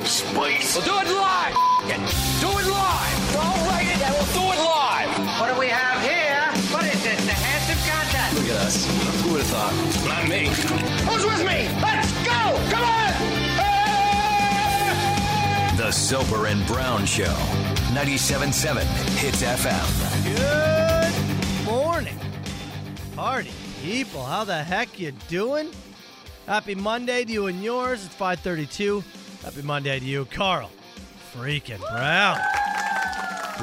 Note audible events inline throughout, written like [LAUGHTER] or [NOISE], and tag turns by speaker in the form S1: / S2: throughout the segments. S1: space.
S2: We'll do it live. F- it. Do it live. Don't write it, and we'll do it live.
S3: What do we have here? What is this? The handsome contest.
S4: Look at us. Who would have thought?
S1: Not me.
S2: Who's with me? Let's go. Come on. Hey!
S5: The Soper and Brown Show, 97.7 Hits FM.
S6: Good morning, party people. How the heck you doing? Happy Monday to you and yours. It's 532. Happy Monday to you, Carl. Freaking Brown.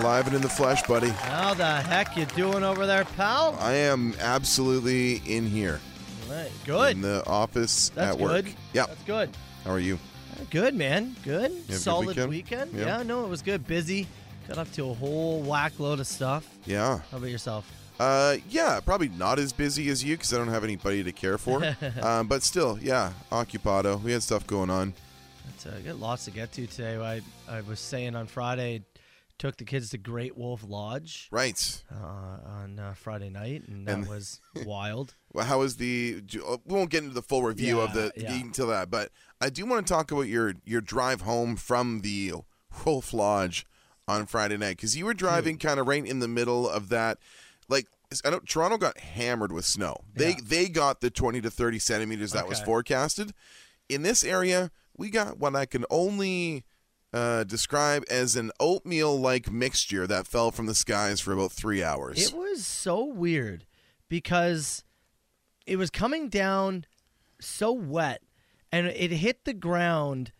S7: Live and in the flesh, buddy.
S6: How the heck you doing over there, pal?
S7: I am absolutely in here.
S6: Right, Good.
S7: In the office
S6: That's
S7: at work.
S6: good.
S7: Yeah.
S6: That's good.
S7: How are you?
S6: Good, man. Good.
S7: good
S6: Solid
S7: weekend? Yeah.
S6: Yeah. no, it was good. Busy. Got up to a whole whack load of stuff.
S7: Yeah.
S6: How about yourself?
S7: Uh, yeah, probably not as busy as you because I don't have anybody to
S6: [LAUGHS]
S7: care for. um, but still, yeah, occupado. We had stuff going on.
S6: It's, uh, got lots to get to today. I, I was saying on Friday, took the kids to Great Wolf Lodge
S7: Right.
S6: uh, on uh, Friday night, and that
S7: And- [LAUGHS]
S6: was wild.
S7: Well, how is the? do- uh, We won't get into the full review of
S6: Yeah,
S7: the
S6: yeah.
S7: until that, but I do want to talk about your your drive home from the Wolf Lodge on Friday night because
S6: Hmm.
S7: you were driving kind of right in the middle of that. Like I don't, Toronto got hammered with snow. They
S6: Yeah.
S7: they got the twenty to thirty centimeters that was
S6: Okay.
S7: forecasted. In this area, we got what I can only. Uh, describe as an oatmeal-like mixture that fell from the skies for about three hours.
S6: It was so weird because it was coming down so wet and it hit the ground.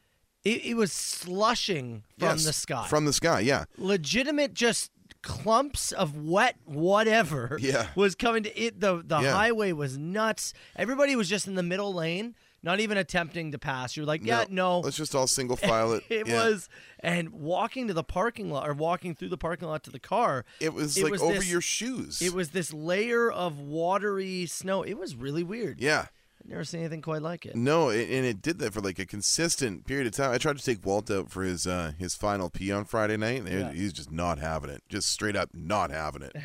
S6: It, it was slushing from
S7: Yes,
S6: the sky.
S7: From the sky, yeah.
S6: legitimate just clumps of wet whatever
S7: [LAUGHS] Yeah.
S6: was coming to it the the
S7: Yeah.
S6: highway was nuts everybody was just in the middle lane not even attempting to pass you're like yeah no,
S7: Let's just all
S6: [LAUGHS]
S7: single file it.
S6: it
S7: Yeah.
S6: was and walking to the parking lot or walking through the parking lot to the car
S7: It was like over
S6: this-
S7: your shoes.
S6: it was this layer of watery snow it was really weird
S7: Yeah.
S6: I've never seen anything quite like it
S7: No, it, and it did that for like a consistent period of time. I tried to take Walt out for his uh, his final pee on Friday night, and
S6: Yeah.
S7: he's just not having it. Just straight up not
S6: [LAUGHS]
S7: having it.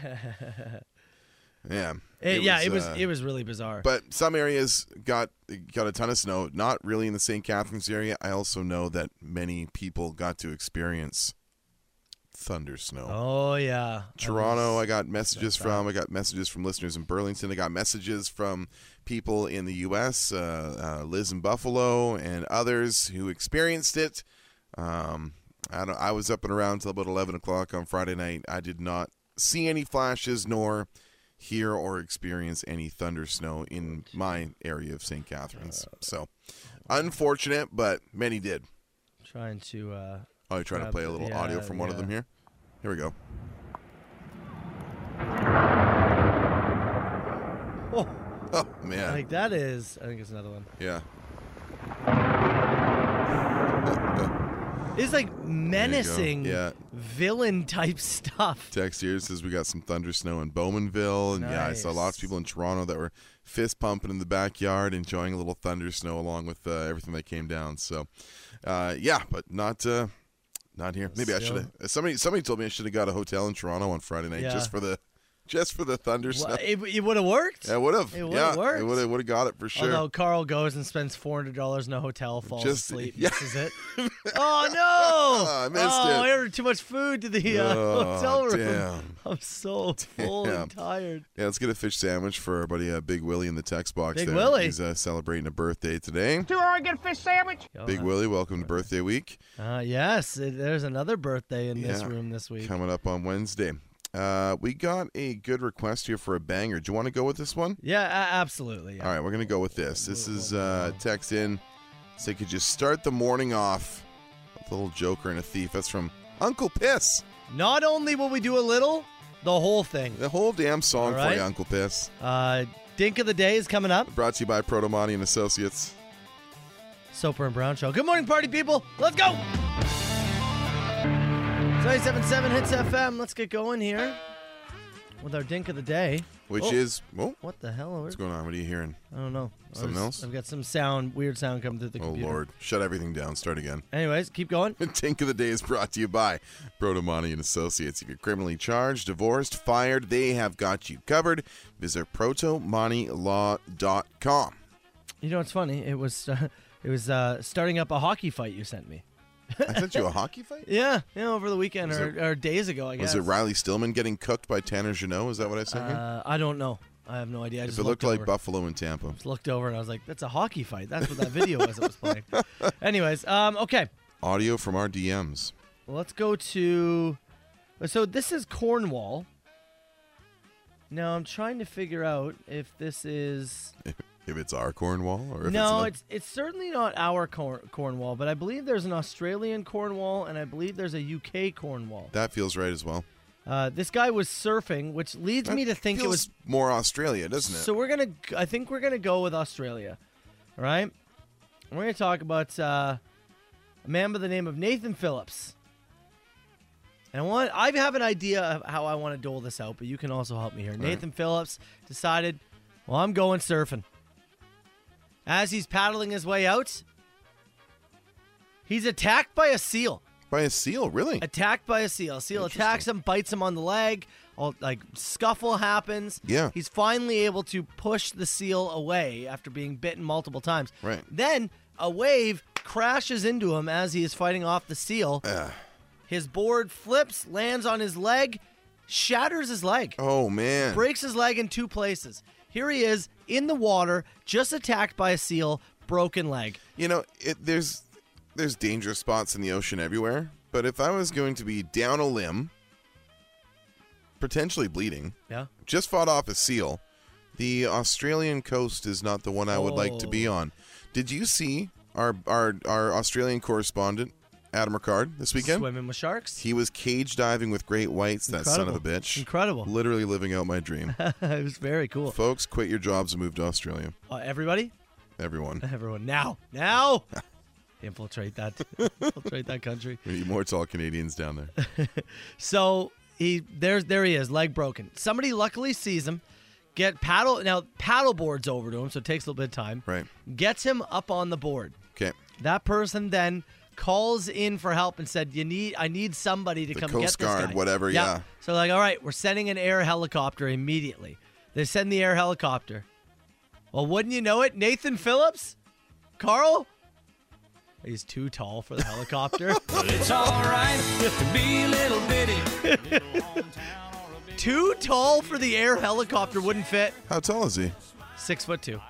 S7: yeah.
S6: It- yeah it was
S7: uh,
S6: it was really bizarre
S7: But some areas got got a ton of snow. Not really in the St. Catharines area. I also know that many people got to experience thunder snow.
S6: oh yeah That
S7: Toronto,
S6: was-
S7: I got messages from. I got messages from listeners in Burlington. I got messages from people in the U.S., uh, uh, Liz in Buffalo, and others who experienced it. Um, I don't. I was up and around till about eleven o'clock on Friday night. I did not see any flashes nor hear or experience any thunder snow in my area of St. Catharines.
S6: Uh,
S7: So unfortunate, but many did.
S6: trying to uh
S7: Oh, you're trying
S6: Uh,
S7: to play a little audio
S6: yeah,
S7: from one of
S6: yeah.
S7: them here. Here we go.
S6: oh
S7: Oh man.
S6: Like that is, I think it's another one.
S7: yeah.
S6: It's like menacing,
S7: Yeah.
S6: villain type [LAUGHS] stuff.
S7: Text here says we got some thunder snow in Bowmanville, and yeah, I saw lots
S6: Nice.
S7: of people in Toronto that were fist pumping in the backyard, enjoying a little thunder snow along with uh, everything that came down. So, uh, yeah, but not uh, not here. Maybe I
S6: Still-
S7: should have. Somebody somebody told me I should have got a hotel in Toronto on Friday night
S6: Yeah.
S7: just for the just for the thunder
S6: Well,
S7: snow.
S6: it it would have worked.
S7: I would have.
S6: it would've
S7: Yeah,
S6: worked.
S7: it would have would have got it for sure.
S6: Although Carl goes and spends four hundred dollars in a hotel, falls
S7: Just-
S6: asleep,
S7: yeah.
S6: misses
S7: [LAUGHS]
S6: it. oh no!
S7: I missed
S6: oh,
S7: it.
S6: I ordered too much food to the [LAUGHS] uh,
S7: Oh,
S6: hotel room.
S7: damn.
S6: [LAUGHS] I'm so full
S7: Damn.
S6: and tired.
S7: Yeah, let's get a fish sandwich for our buddy uh, Big Willie in the text box.
S6: Big
S7: there.
S6: Willie.
S7: he's uh, celebrating a birthday today.
S3: Do I get a fish sandwich?
S7: Big Willie, welcome to birthday week.
S6: Uh, yes, it- there's another birthday in this
S7: Yeah.
S6: room this week.
S7: coming up on Wednesday. Uh, we got a good request here for a banger. Do you want to go with this one?
S6: Yeah, a- absolutely. yeah.
S7: All right, we're gonna go with this. This is uh, text in. Say, could you start the morning off with a little Joker and a thief? That's from Uncle Piss.
S6: Not only will we do a little, the whole thing.
S7: The whole damn song
S6: All right.
S7: for you, Uncle Piss.
S6: Uh, Dink of the day is coming up.
S7: Brought to you by Protomani and Associates.
S6: Soper and Brown Show. Good morning, party people. Let's go. 977 Hits FM. Let's get going here with our dink of the day.
S7: Which
S6: Oh.
S7: is oh,
S6: What the hell? Where-
S7: what's going on? What are you hearing?
S6: I don't know. I
S7: Something
S6: was-
S7: else?
S6: I've got some sound, weird sound coming through the
S7: Oh
S6: computer.
S7: Lord, shut everything down. Start again.
S6: Anyways, keep going.
S7: Tink of the Day is brought to you by Protomani and Associates. If you're criminally charged, divorced, fired, they have got you covered. Visit protomanilaw.com.
S6: [LAUGHS] You know, it's funny. It was uh, it was uh, starting up a hockey fight you sent me.
S7: I sent you a
S6: [LAUGHS]
S7: hockey fight?
S6: Yeah, yeah, over the weekend or, or days ago, I guess.
S7: Was it Riley Stillman getting cooked by Tanner Janot? Is that what I sent you?
S6: Uh, I don't know. I have no idea. I just
S7: If it looked
S6: over.
S7: like Buffalo and Tampa.
S6: Just looked over and I was like, "That's a hockey fight." That's what that video was. It was playing. [LAUGHS] Anyways, um, okay,
S7: Audio from our DMs.
S6: well, let's go to. So this is Cornwall. Now I'm trying to figure out if this is.
S7: If it's our Cornwall or if
S6: no,
S7: it's,
S6: it's it's certainly not our Cor- Cornwall, but I believe there's an Australian Cornwall and I believe there's a UK Cornwall.
S7: that feels right as well.
S6: Uh, this guy was surfing, which leads me to think it
S7: Feels
S6: was
S7: more Australia, doesn't it?
S6: So we're gonna. g- I think we're gonna go with Australia. All right. We're gonna talk about uh, a man by the name of Nathan Phillips. And I want. I have an idea of how I want to dole this out, but you can also help me here. Nathan Phillips decided, well, I'm going surfing. As he's paddling his way out, he's attacked by a seal
S7: by a seal, really?
S6: attacked by a seal. A seal attacks him, bites him on the leg. All like scuffle happens.
S7: Yeah.
S6: he's finally able to push the seal away after being bitten multiple times.
S7: Right.
S6: Then a wave crashes into him as he is fighting off the seal. His board flips, lands on his leg, shatters his leg,
S7: oh man.
S6: breaks his leg in two places. Here he is in the water, just attacked by a seal, broken leg.
S7: You know, it, there's there's dangerous spots in the ocean everywhere. But if I was going to be down a limb, potentially bleeding,
S6: Yeah.
S7: just fought off a seal, the Australian coast is not the one I would like to be
S6: Oh.
S7: on. Did you see our our our Australian correspondent Adam Ricard this weekend?
S6: Swimming with sharks. [LAUGHS]
S7: He was cage diving with great whites. That son of a
S6: Incredible.
S7: bitch.
S6: Incredible.
S7: Literally living out
S6: [LAUGHS]
S7: my dream.
S6: it was very cool.
S7: Folks, quit your jobs and move to Australia.
S6: Uh, everybody,
S7: Everyone.
S6: Everyone now, now, infiltrate that, infiltrate that country.
S7: We need more tall Canadians down there.
S6: So he there's there he is, leg broken. Somebody luckily sees him, get paddle now paddle boards over to him, so it takes a little bit of time.
S7: Right.
S6: Gets him up on the board.
S7: Okay.
S6: That person then calls in for help and said, "You need I need somebody to
S7: The
S6: come
S7: Coast
S6: get this
S7: Guard,
S6: guy."
S7: whatever, yeah.
S6: So like, all right, we're sending an air helicopter immediately. They send the air helicopter. Well, wouldn't you know it, Nathan Phillips, Carl. He's too tall for
S2: [LAUGHS]
S6: the helicopter. [LAUGHS]
S2: It's alright to be little bitty.
S6: [LAUGHS] too tall for the air helicopter wouldn't fit.
S7: How tall is he?
S6: Six foot two.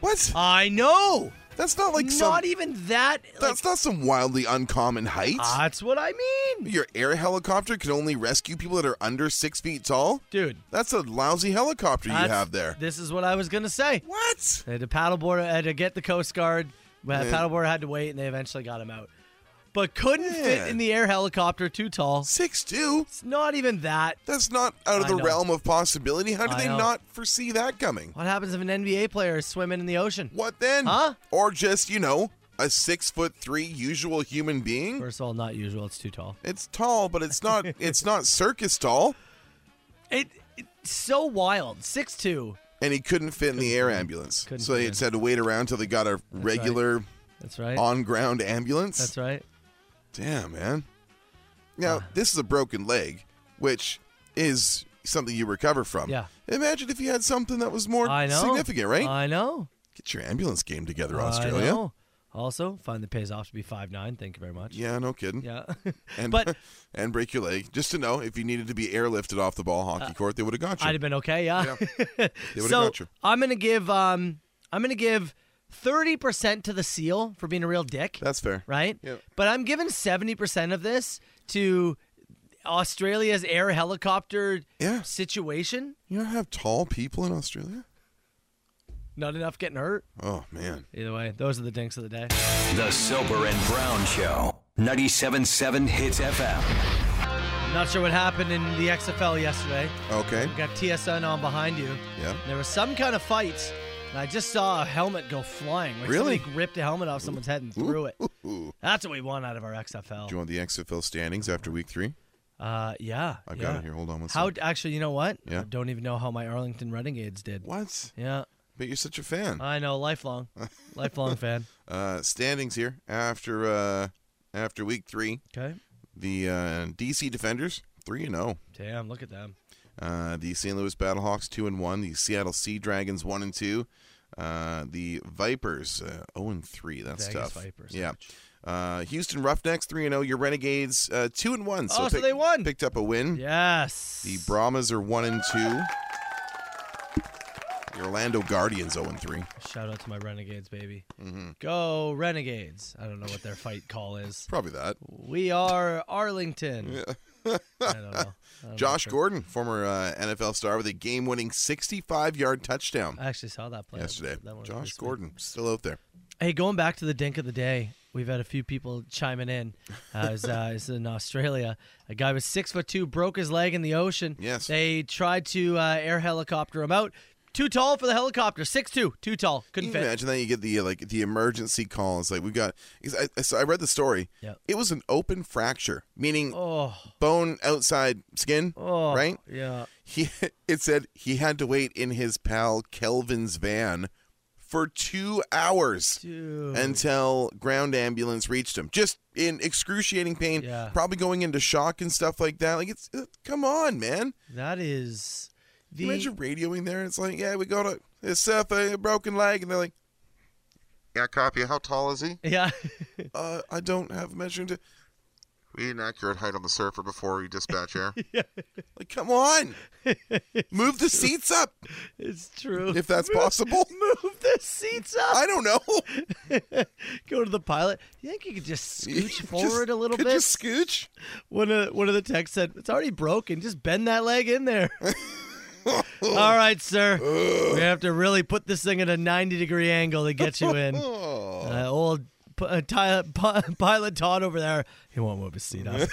S7: What?
S6: I know.
S7: That's not like some.
S6: Not even that. Like,
S7: that's not some wildly uncommon height.
S6: that's what I mean,
S7: Your air helicopter can only rescue people that are under six feet tall.
S6: dude.
S7: That's a lousy helicopter you
S6: that's-
S7: have there.
S6: This is what I was gonna say.
S7: What?
S6: They had to paddleboard I had to get the Coast Guard. But
S7: Man.
S6: paddleboard had to wait, and they eventually got him out. But couldn't fit
S7: Man.
S6: in the air helicopter. Too tall.
S7: Six two?
S6: It's not even that.
S7: That's not out of
S6: I
S7: the
S6: know.
S7: realm of possibility. How did
S6: I
S7: they
S6: know.
S7: not foresee that coming?
S6: What happens if an NBA player is swimming in the ocean?
S7: What then?
S6: Huh?
S7: Or just you know a six foot three usual human being?
S6: First of all, not usual. It's too tall.
S7: It's tall, but
S6: [LAUGHS]
S7: it's not. it's not circus tall.
S6: It, it's so wild. Six two.
S7: and he couldn't fit in the air ambulance.
S6: Couldn't
S7: so
S6: fit
S7: they just had to wait around till they got a regular
S6: That's right.
S7: on ground ambulance.
S6: That's right. Ah.
S7: Damn, man. Now, this is a broken leg, which is something you recover from.
S6: Yeah.
S7: Imagine if you had something that was more
S6: I know.
S7: significant, right?
S6: I know.
S7: Get your ambulance game together,
S6: I
S7: Australia.
S6: know. Also, find the pays off to be five nine. Thank you very much.
S7: Yeah, no kidding.
S6: Yeah. [LAUGHS]
S7: And
S6: but
S7: [LAUGHS] and break your leg. Just to know if you needed to be airlifted off the ball hockey court, they would have got you.
S6: Uh, I'd have been okay. Yeah.
S7: they would have
S6: so
S7: got you.
S6: I'm gonna give um I'm gonna give thirty percent to the seal for being a real dick.
S7: That's fair.
S6: right.
S7: Yeah.
S6: But I'm giving seventy percent of this to Australia's air helicopter
S7: Yeah.
S6: situation.
S7: You don't have tall people in Australia?
S6: Not enough getting hurt.
S7: Oh man.
S6: Either way, those are the dinks of the day.
S5: The Soper and Brown Show. 97.7 Hits FM.
S6: Not sure what happened in the XFL yesterday.
S7: Okay.
S6: We got TSN on behind you.
S7: Yeah.
S6: There was some kind of fight, and I just saw a helmet go flying. Like
S7: Really?
S6: Somebody ripped a helmet off someone's head and threw it. That's what we want out of our
S7: Do you
S6: XFL.
S7: want the XFL standings after week three?
S6: Uh, yeah.
S7: I've
S6: yeah.
S7: got it here. Hold on one
S6: How?
S7: second.
S6: Actually, you know what?
S7: Yeah.
S6: I don't even know how my Arlington Renegades did.
S7: What?
S6: Yeah.
S7: But you're such a fan.
S6: I know.
S7: [LAUGHS]
S6: Lifelong. lifelong fan.
S7: Uh, standings here after uh, after week three.
S6: Okay.
S7: The uh, DC Defenders three and oh. zero.
S6: Damn. Look at them.
S7: Uh, the St. Louis Battlehawks two and one. The Seattle Sea Dragons one and two. Uh, the Vipers, uh, 0 and 3. That's
S6: Vegas
S7: tough.
S6: Vipers,
S7: Yeah. Uh, Houston Roughnecks, 3 and 0. Your Renegades, uh, 2 and 1.
S6: Oh, so they won.
S7: Picked up a win.
S6: Yes.
S7: The Brahmas are 1 and 2. The Orlando Guardians, 0 and 3.
S6: Shout out to my Renegades, baby.
S7: Mm-hmm.
S6: Go Renegades. I don't know what their fight call
S7: [LAUGHS]
S6: is.
S7: Probably that.
S6: We are Arlington. I don't know. I don't know
S7: Josh
S6: if it-
S7: Gordon, former uh, NFL star, with a game winning 65 yard touchdown
S6: I actually saw that play.
S7: yesterday.
S6: That one was pretty
S7: Josh
S6: sweet.
S7: Gordon, still out there.
S6: Hey, going back to the dink of the day, we've had a few people chiming in. Uh, is uh, is in Australia. A guy was six foot two, broke his leg in the ocean.
S7: Yes.
S6: They tried to uh, air helicopter him out. Too tall for the helicopter. Six two, too tall. Couldn't
S7: Can you
S6: fit.
S7: imagine that you get the uh, like the emergency call? It's like we've got. 'cause I, I, so I read the story.
S6: Yep.
S7: It was an open fracture, meaning
S6: Oh,
S7: bone outside skin.
S6: oh,
S7: Right.
S6: Yeah.
S7: He [LAUGHS] it said he had to wait in his pal Kelvin's van for two hours
S6: Dude.
S7: until ground ambulance reached him. Just in excruciating pain.
S6: Yeah.
S7: Probably going into shock and stuff like that. Like it's uh, come on, man.
S6: that is the.
S7: Can you imagine radioing there. It's like yeah, we got a it's Seth a broken leg, and they're like,
S1: Yeah, copy. How tall is he?
S6: [LAUGHS] yeah.
S7: uh, I don't have measuring to.
S1: We need an accurate height on the surfer before we dispatch air.
S7: Like,
S6: [LAUGHS]
S7: come on, move the seats up
S6: it's true.
S7: if that's possible.
S6: Move the seats up. [LAUGHS]
S7: I don't know.
S6: Go to the pilot. You think you could
S7: [LAUGHS]
S6: just scooch
S7: Just-
S6: forward a little
S7: could
S6: bit?
S7: you scooch.
S6: One of one of the texts said, "It's already broken. Just bend that leg in there." [LAUGHS] All right, sir. we have to really put this thing at a ninety degree angle to get you in. Uh, old p- uh, ti- [LAUGHS] pi- pilot Todd over there. He won't move his seat up.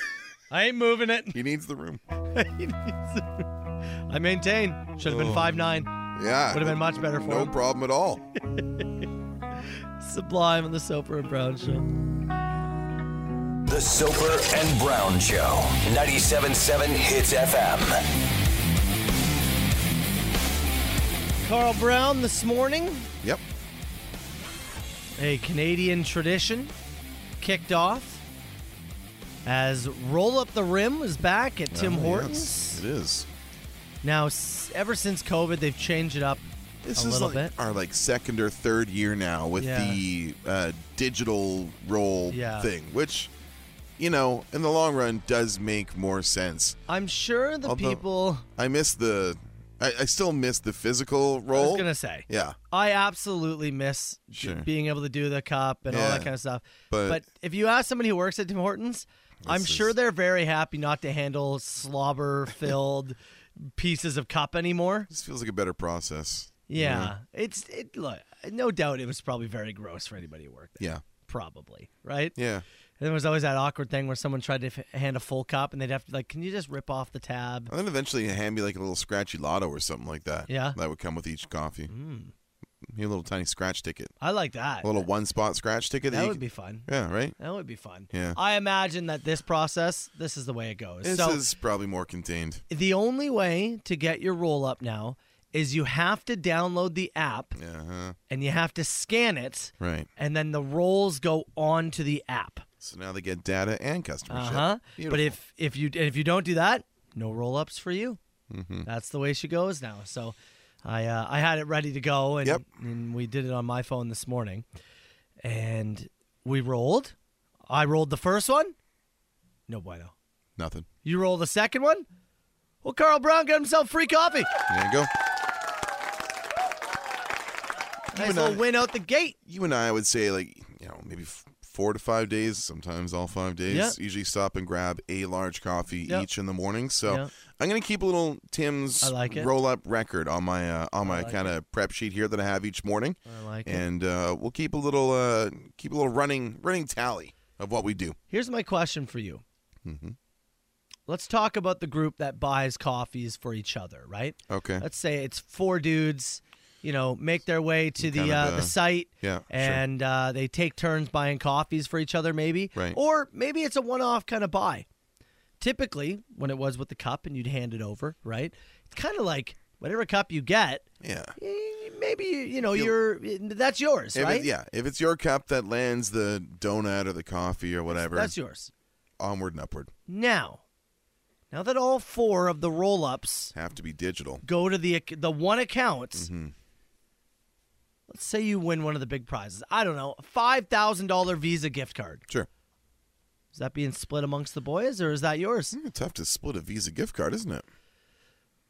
S6: I ain't moving it. [LAUGHS]
S7: He needs the room.
S6: I maintain. Should have been five nine.
S7: Yeah,
S6: Would have been much better for
S7: no
S6: him.
S7: problem at all.
S6: Sublime on the Soper and Brown show.
S5: The Soper and Brown Show. 97.7 Hits FM.
S6: Carl Brown this morning.
S7: Yep.
S6: a Canadian tradition kicked off as Roll Up the Rim was back at Tim
S7: Oh, yes,
S6: Hortons.
S7: it is.
S6: Now, s- ever since COVID, they've changed it up.
S7: This
S6: A
S7: is
S6: little
S7: like
S6: bit.
S7: our like second or third year now with
S6: Yeah.
S7: the uh, digital roll
S6: Yeah.
S7: thing, which you know in the long run does make more sense.
S6: I'm sure the
S7: Although-
S6: people.
S7: I miss the, I, I still miss the physical
S6: I
S7: roll.
S6: was gonna say,
S7: yeah,
S6: I absolutely miss
S7: Sure.
S6: being able to do the cup and all
S7: Yeah.
S6: that kind of stuff.
S7: But-
S6: if you ask somebody who works at Tim Hortons, I'm
S7: This
S6: sure
S7: is-
S6: they're very happy not to handle slobber-filled [LAUGHS] pieces of cup anymore.
S7: this feels like a better process.
S6: Yeah, it's it. Look, no doubt it was probably very gross for anybody who worked there.
S7: Yeah,
S6: probably right.
S7: yeah.
S6: And there was always that awkward thing where someone tried to f- hand a full cup and they'd have to like, can you just rip off the tab?
S7: And then eventually hand me like a little scratchy lotto or something like that.
S6: Yeah.
S7: That would come with each coffee. Mm. A little tiny scratch ticket.
S6: I like that.
S7: A little one spot scratch ticket.
S6: that
S7: you
S6: would
S7: can-
S6: be fun.
S7: Yeah, right?
S6: That would be fun.
S7: Yeah.
S6: I imagine that this process, this is the way it goes.
S7: This
S6: so
S7: is probably more contained.
S6: the only way to get your roll up now is you have to download the app
S7: Yeah, huh?
S6: and you have to scan it,
S7: right.
S6: and then the rolls go onto the app.
S7: So now they get data and
S6: Uh
S7: customership.
S6: huh. But
S7: Beautiful.
S6: if if you and if you don't do that, no roll ups for you. That's the way she goes now. So, I uh, I had it ready to go, and,
S7: Yep.
S6: and we did it on my phone this morning, and we rolled. I rolled the first one. No bueno.
S7: Nothing.
S6: You roll the second one. Well, Carl Brown got himself free coffee.
S7: There you go.
S6: Nice
S7: and
S6: little
S7: I-
S6: win out the gate.
S7: You and I would say, like, you know, maybe f- four to five days, sometimes all five days.
S6: Yeah.
S7: Usually stop and grab a large coffee
S6: Yeah.
S7: each in the morning. So
S6: Yeah.
S7: I'm gonna keep a little Tim's
S6: I like it.
S7: roll up record on my uh, on my
S6: like
S7: kind of prep sheet here that I have each morning,
S6: I like it.
S7: and uh, we'll keep a little uh, keep a little running running tally of what we do.
S6: Here's my question for you. Mm-hmm. Let's talk about the group that buys coffees for each other, right?
S7: Okay.
S6: let's say it's four dudes, you know, make their way to the
S7: kind of
S6: uh,
S7: a-
S6: the site,
S7: yeah, sure.
S6: and uh, they take turns buying coffees for each other, maybe,
S7: Right.
S6: Or maybe it's a one-off kind of buy. Typically, when it was with the cup and you'd hand it over, right? It's kind of like whatever cup you get,
S7: yeah.
S6: eh, maybe you know you're eh, that's yours,
S7: If
S6: right?
S7: it, yeah, if it's your cup that lands the donut or the coffee or whatever,
S6: that's yours.
S7: onward and upward.
S6: Now, now that all four of the roll-ups
S7: Have to be digital. Mm-hmm.
S6: go to the ac- the one account, Let's say you win one of the big prizes. I don't know, five thousand dollar Visa gift card.
S7: Sure.
S6: Is that being split amongst the boys, or is that yours?
S7: It's tough to split a Visa gift card, isn't it?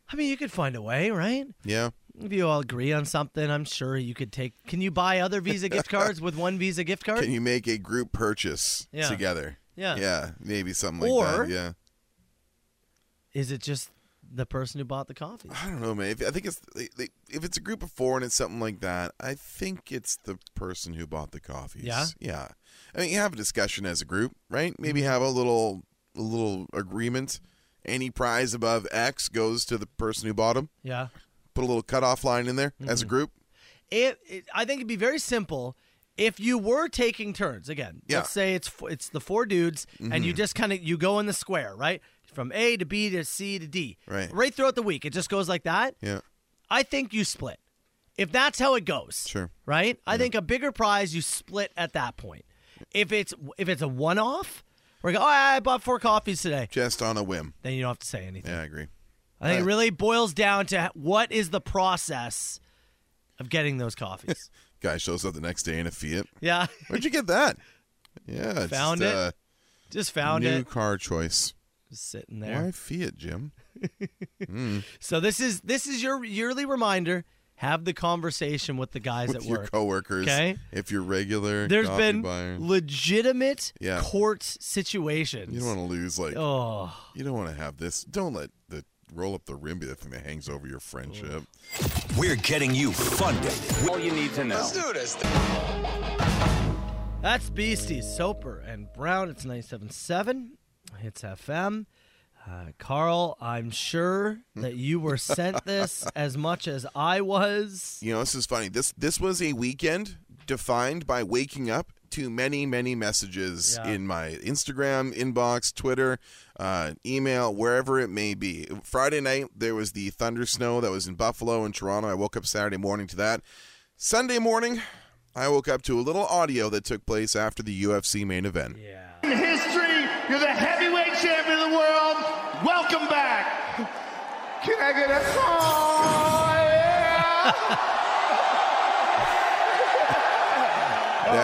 S6: I mean, you could find a way, right?
S7: Yeah.
S6: If you all agree on something, I'm sure you could take. Can you buy other Visa gift cards with one Visa gift card?
S7: Can you make a group purchase
S6: Yeah.
S7: together?
S6: Yeah.
S7: Yeah. Maybe something like
S6: Or-
S7: that. Yeah.
S6: Is it just the person who bought the coffee?
S7: I don't know, man. If, I think it's they, they, if it's a group of four and it's something like that. I think it's the person who bought the coffees.
S6: Yeah?
S7: Yeah. I mean, you have a discussion as a group, right? Maybe
S6: Mm-hmm.
S7: have a little a little agreement. Any prize above X goes to the person who bought them.
S6: Yeah.
S7: Put a little cutoff line in there as a
S6: Mm-hmm.
S7: group.
S6: It, it, I think it'd be very simple if you were taking turns. Again,
S7: Yeah. Mm-hmm.
S6: let's say it's f- it's the four dudes, and you just kind of you go in the square, right? From A to B to C to D,
S7: Right.
S6: Right throughout the week, it just goes like that.
S7: Yeah.
S6: I think you split. If that's how it goes,
S7: Sure.
S6: right? I think a bigger prize you split at that point. If it's if it's a one off, we're going. Oh, I bought four coffees today.
S7: Just on a whim.
S6: Then you don't have to say anything.
S7: Yeah, I agree.
S6: I think it
S7: Uh,
S6: really boils down to what is the process of getting those
S7: [LAUGHS]
S6: coffees.
S7: Guy shows up the next day in a Fiat.
S6: yeah,
S7: Where'd you get that? Yeah, it's
S6: Found
S7: just,
S6: it.
S7: uh,
S6: just found
S7: new
S6: it
S7: car choice.
S6: just sitting there.
S7: Why Fiat, Jim?
S6: So this is this is your yearly reminder. Have the conversation with the guys
S7: With
S6: at
S7: your
S6: work.
S7: coworkers,
S6: okay?
S7: if you're regular,
S6: There's
S7: coffee
S6: been
S7: buyer.
S6: legitimate
S7: Yeah.
S6: court situations.
S7: You don't want to lose, like
S6: oh.
S7: you don't want to have this. Don't let the roll up the rim be the thing that hangs over your friendship.
S5: We're getting you funded.
S2: All you need to know.
S6: That's Beastie, Soper, and Brown. It's 97.7. It's FM. Uh, Carl, I'm
S7: [LAUGHS]
S6: sure that you were sent this as much as I was.
S7: You know, this is funny. This this was a weekend defined by waking up to many many messages
S6: Yeah.
S7: in my Instagram inbox, Twitter, uh, email, wherever it may be. Friday night there was the thunder snow that was in Buffalo and Toronto. I woke up Saturday morning to that. Sunday morning, I woke up to a little audio that took place after the UFC main event.
S6: Yeah.
S4: history. You're the heavyweight champion of the world. Welcome back. [LAUGHS] Can I get a oh, yeah.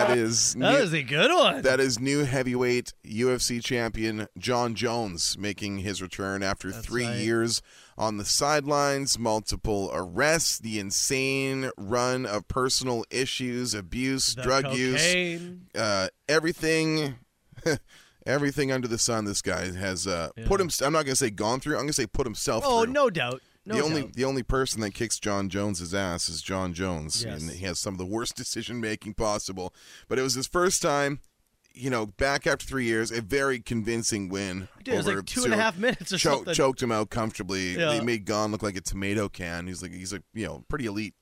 S7: That is
S6: That
S7: new-
S6: was a good one.
S7: That is new heavyweight UFC champion John Jones making his return after three
S6: right.
S7: years on the sidelines, multiple arrests, the insane run of personal issues, abuse,
S6: The
S7: drug use,
S6: cocaine.
S7: uh, everything. [LAUGHS] Everything under the sun, this guy has uh, put him. I'm not gonna say gone through. I'm gonna say put himself.
S6: Oh,
S7: through.
S6: no doubt. No
S7: the only
S6: doubt.
S7: the only person that kicks John Jones's ass is John Jones,
S6: Yes.
S7: and he has some of the worst [LAUGHS] decision making possible. But it was his first time, you know, back after three years, a very convincing win.
S6: Dude, it was
S7: over
S6: like two and a
S7: Sue.
S6: half minutes or
S7: Cho-
S6: something.
S7: Choked him out comfortably.
S6: Yeah.
S7: They made Gon look like a tomato can. He's like he's like you know pretty elite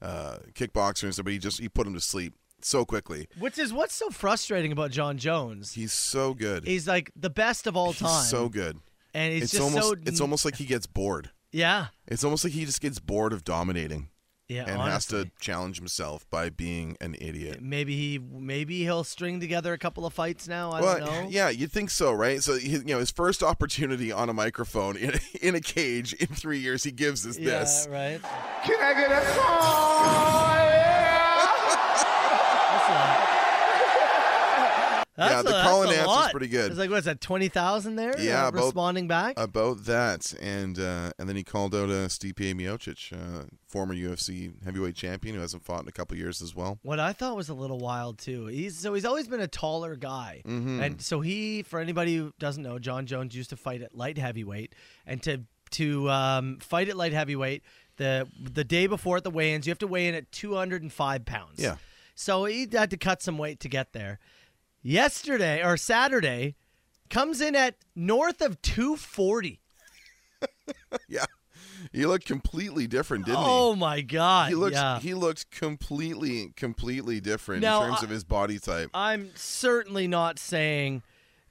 S7: uh, kickboxer and stuff, but he just he put him to sleep so quickly.
S6: Which is what's so frustrating about John Jones.
S7: He's so good.
S6: He's like the best of all time.
S7: He's so good.
S6: and he's
S7: it's
S6: just
S7: almost
S6: so.
S7: it's almost like he gets bored.
S6: yeah.
S7: It's almost like he just gets bored of dominating.
S6: Yeah.
S7: and
S6: honestly.
S7: has to challenge himself by being an idiot.
S6: Maybe he maybe he'll string together a couple of fights now. I
S7: well,
S6: don't know.
S7: yeah, you'd think so, right? So, he- you know, his first opportunity on a microphone in, [LAUGHS] in a cage in three years, he gives us
S6: Yeah,
S7: this.
S6: right.
S4: Can I get a oh, yeah.
S6: That's a lot. That's
S7: Yeah,
S6: a,
S7: the
S6: that's
S7: call
S6: a
S7: and answer's
S6: lot.
S7: pretty good.
S6: It's like what's that, twenty thousand there?
S7: Yeah,
S6: uh,
S7: about-
S6: responding back.
S7: About that, and uh, and then he called out uh, Stipe Miocic, uh, former UFC heavyweight champion who hasn't fought in a couple years as well.
S6: what I thought was a little wild too. He's so he's always been a taller guy,
S7: Mm-hmm.
S6: and so he, for anybody who doesn't know, John Jones used to fight at light heavyweight, and to to um, fight at light heavyweight, the the day before at the weigh-ins, you have to weigh in at two hundred and five pounds.
S7: Yeah.
S6: so he had to cut some weight to get there. Yesterday or Saturday, comes in at north of two forty.
S7: yeah, he looked completely different, didn't
S6: Oh my God!
S7: he? He looked
S6: yeah.
S7: he looked completely completely different
S6: Now,
S7: in terms
S6: I-
S7: of his body type.
S6: I'm certainly not saying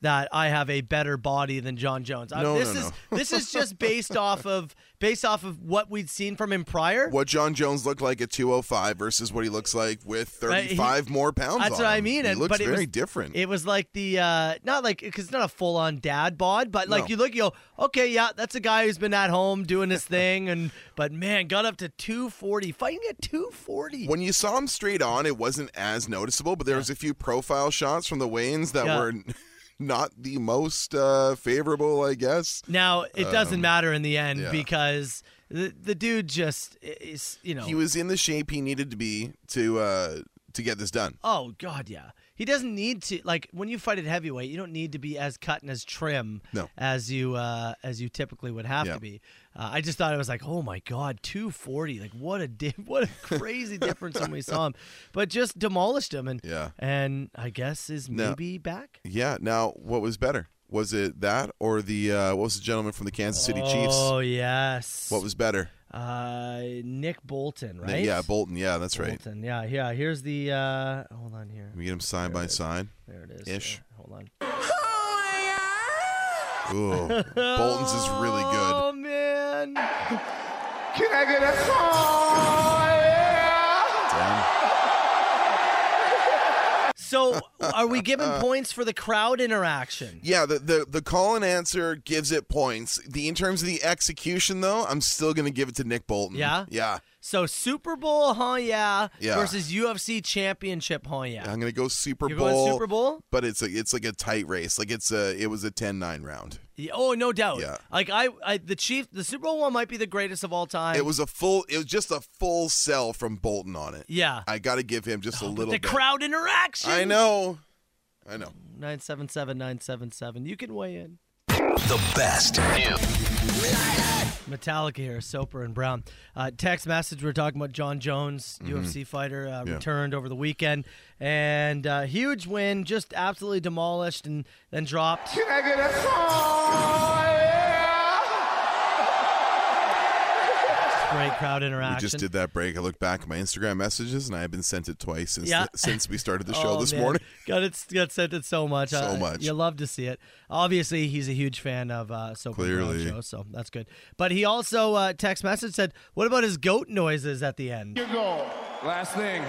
S6: that I have a better body than John Jones. I-
S7: No,
S6: this
S7: no,
S6: is
S7: no.
S6: this is
S7: [LAUGHS]
S6: just based off of based off of what we'd seen from him prior.
S7: [LAUGHS] What John Jones looked like at 205 versus what he looks like with
S6: Right, he-
S7: 35 more pounds.
S6: That's
S7: on
S6: what I
S7: him.
S6: mean.
S7: He
S6: and-
S7: looks
S6: but it
S7: very
S6: was,
S7: different.
S6: It was like the uh not like because it's not a full on dad bod, but like
S7: No.
S6: you look, you go, okay, yeah, that's a guy who's been at home doing his thing, and but man, got up to two forty, fighting at two forty.
S7: when you saw him straight on, it wasn't as noticeable, but there was a few profile shots from the Wayans that
S6: Yeah.
S7: were [LAUGHS] not the most uh, favorable, I guess.
S6: Now it doesn't matter in the end
S7: Um, yeah.
S6: because the the dude just is you know
S7: He was in the shape he needed to be to uh, to get this done.
S6: Oh God, yeah. He doesn't need to like when you fight at heavyweight, you don't need to be as cut and as trim
S7: No.
S6: as you uh, as you typically would have
S7: Yeah.
S6: to be. Uh, I just thought it was like, oh my God, two forty. Like what a di- [LAUGHS] what a crazy difference when we saw him, but just demolished him and
S7: Yeah.
S6: and I guess is
S7: No.
S6: maybe back.
S7: Yeah. Now, what was better? Was it that or the uh, what was the gentleman from the Kansas City Chiefs?
S6: Oh yes.
S7: What was better?
S6: uh, Nick Bolton? Right.
S7: Yeah, Bolton. Yeah, that's right.
S6: Bolton. Yeah, yeah. Here's the uh, hold on here.
S7: We get him side by side.
S6: There it is.
S7: Ish.
S6: Yeah, hold on.
S7: Ooh, Bolton's is really good.
S6: Oh man.
S4: Can I get a song? Yeah.
S6: So, are we
S7: [LAUGHS]
S6: giving points for the crowd interaction?
S7: Yeah, the, the the call and answer gives it points. The in terms of the execution, though, I'm still gonna give it to Nick Bolton.
S6: Yeah?
S7: yeah.
S6: So, Super Bowl, huh? Yeah.
S7: Yeah.
S6: Versus UFC Championship, huh? Yeah.
S7: I'm gonna go Super
S6: You're
S7: Bowl.
S6: going Super Bowl?
S7: but it's a, it's like a tight race. Like it's a it was a 10-9 round.
S6: Yeah, Oh, no doubt.
S7: Yeah.
S6: Like I, I, the Chief, the Super Bowl one might be the greatest of all time.
S7: It was a full. It was just a full sell from Bolton on it.
S6: Yeah. Oh,
S7: I got to give him just a
S6: the
S7: little. bit.
S6: crowd interaction.
S7: I know. I know.
S6: Nine seven seven nine seven seven. You can weigh in.
S5: The best.
S6: Metallica here, Soper and Brown. Uh, text message. We're talking about John Jones,
S7: Mm-hmm.
S6: UFC fighter, uh, returned over the weekend, and uh, huge win. Just absolutely demolished and then dropped.
S4: Can I get a song? Yeah.
S6: Great crowd interaction.
S7: We just did that break. I looked back at my Instagram messages, and I have been sent it twice since
S6: Yeah.
S7: the- since
S6: [LAUGHS]
S7: we started the show
S6: Oh,
S7: this
S6: man.
S7: morning. [LAUGHS]
S6: Got it. Got sent it so much.
S7: So
S6: Uh,
S7: much.
S6: You love to see it. Obviously, he's a huge fan of uh, Soap and Brown
S7: Clearly.
S6: show, so that's good. But he also uh, text message said, "What about his goat noises at the end?"
S4: You go.
S2: Last thing.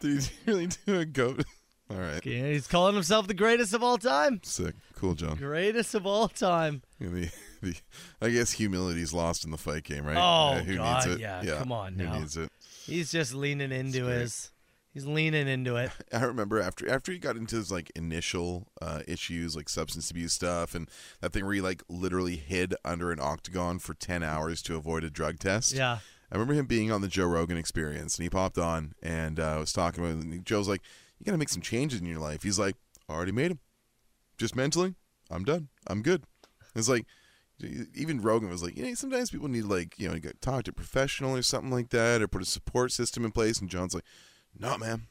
S7: Did he really do a goat? [LAUGHS] All right.
S6: Yeah, he's calling himself the greatest of all time.
S7: Sick. Cool, John.
S6: Greatest of all time.
S7: [LAUGHS] The, the, I guess humility's lost in the fight game, right?
S6: Oh,
S7: Yeah, who
S6: God,
S7: needs it?
S6: yeah, come on
S7: who
S6: now.
S7: needs it?
S6: He's just leaning into his. He's leaning into
S7: [LAUGHS]
S6: it.
S7: I remember after after he got into his like initial uh, issues, like substance abuse stuff, and that thing where he like literally hid under an octagon for ten hours to avoid a drug test.
S6: Yeah.
S7: I remember him being on the Joe Rogan Experience, and he popped on and uh, was talking about. It, and Joe's like, "You got to make some changes in your life." He's like, "I already made them. Just mentally, I'm done. I'm good." It's like. e, Even Rogan was like, you know, sometimes people need like, you know, you got talk to a professional or something like that, or put a support system in place. And John's like, no, man,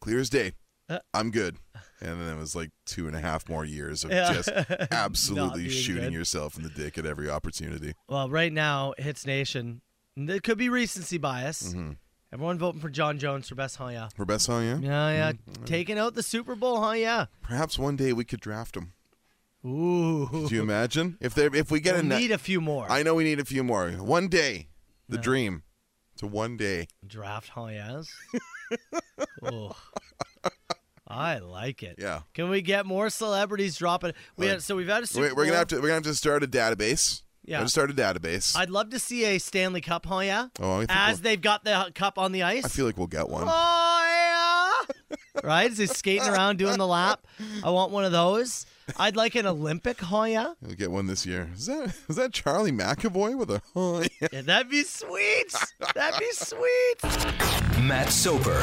S7: clear as day.
S6: Uh.
S7: I'm good. And then it was like two and a half more years of
S6: Yeah.
S7: just
S6: [LAUGHS] Not
S7: absolutely
S6: being
S7: shooting
S6: good.
S7: yourself in the dick at every opportunity.
S6: Well, right now, Hits Nation. and There could be recency bias.
S7: Mm-hmm.
S6: Everyone voting for John Jones for best, huh? Yeah.
S7: For best song, yeah?
S6: Yeah, yeah.
S7: Mm-hmm.
S6: Taking out the Super Bowl, huh? Yeah.
S7: Perhaps one day we could draft him.
S6: Ooh.
S7: Do you imagine if they if we get
S6: We
S7: a
S6: need a few more.
S7: I know we need a few more. One day, the dream. To one day,
S6: Draft, huh?
S7: [LAUGHS]
S6: Yes. oh. I like it.
S7: yeah.
S6: Can we get more celebrities dropping? We
S7: Like-
S6: had, so we've had a Super
S7: We're, we're gonna
S6: Bowl.
S7: have to we're gonna have to start a database.
S6: Yeah.
S7: Gotta start a database. I,
S6: I'd love to see a Stanley Cup, huh? Yeah.
S7: Oh, I think
S6: As
S7: we'll-
S6: they've got the cup on the ice.
S7: feel like we'll get one.
S6: Oh yeah! right? Is he skating around doing the lap? I want one of those. I'd like an Olympic Hoya.
S7: We'll get one this year. Is that is that Charlie McAvoy with a? [LAUGHS] Oh, yeah.
S6: Yeah, that'd be sweet. That'd be sweet.
S5: Matt Soper.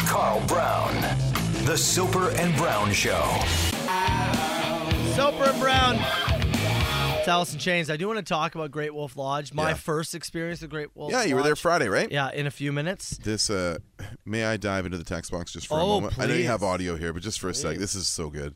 S5: Carl Brown. The Soper and Brown Show.
S6: Soper and Brown. It's Alice in Chains. I do want to talk about Great Wolf Lodge. My
S7: Yeah.
S6: first experience with Great Wolf
S7: Yeah, you were there
S6: Lodge.
S7: Friday, right?
S6: Yeah, in a few minutes.
S7: This uh may I dive into the text box just for
S6: Oh,
S7: a moment? I know you
S6: please.
S7: have audio here, but just for a sec. This is so good.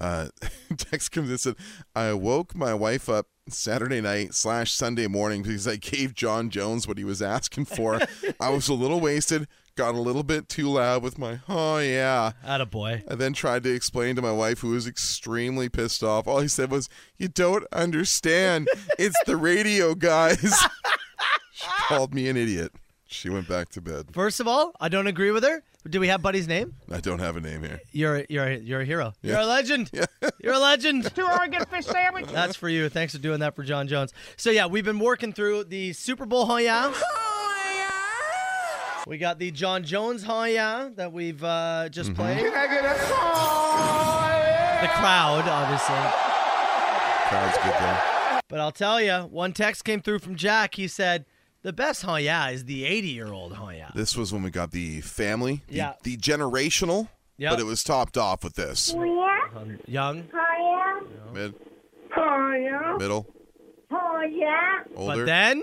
S7: Uh [LAUGHS] text comes in said, I woke my wife up Saturday night slash Sunday morning because I gave John Jones what he was asking for. I was a little wasted, got a little bit too loud with my oh yeah.
S6: Attaboy.
S7: I then tried to explain to my wife, who was extremely pissed off. All he said was, "You don't understand. It's the radio guys." [LAUGHS] she called me an idiot. She went back to bed.
S6: First of all, I don't agree with her. Do we have Buddy's name?
S7: I don't have a name here.
S6: You're you're you're a hero. You're a
S7: [LAUGHS]
S6: legend. You're a legend.
S3: Two Oregon fish sandwich.
S6: That's for you. Thanks for doing that for John Jones. So yeah, we've been working through the Super Bowl Hoya. We got the John Jones Hoya that we've uh, just played.
S4: I get a high?
S6: The crowd, obviously.
S7: Crowd's good there.
S6: But I'll tell you, one text came through from Jack. He said, "The best Hoya is the 80-year-old Hoya."
S7: This was when we got the family, the,
S6: Yeah.
S7: the generational,
S6: Yep.
S7: but it was topped off with this
S6: Young,
S7: mid,
S8: Oh yeah.
S7: middle,
S8: Oh yeah.
S7: older.
S6: but then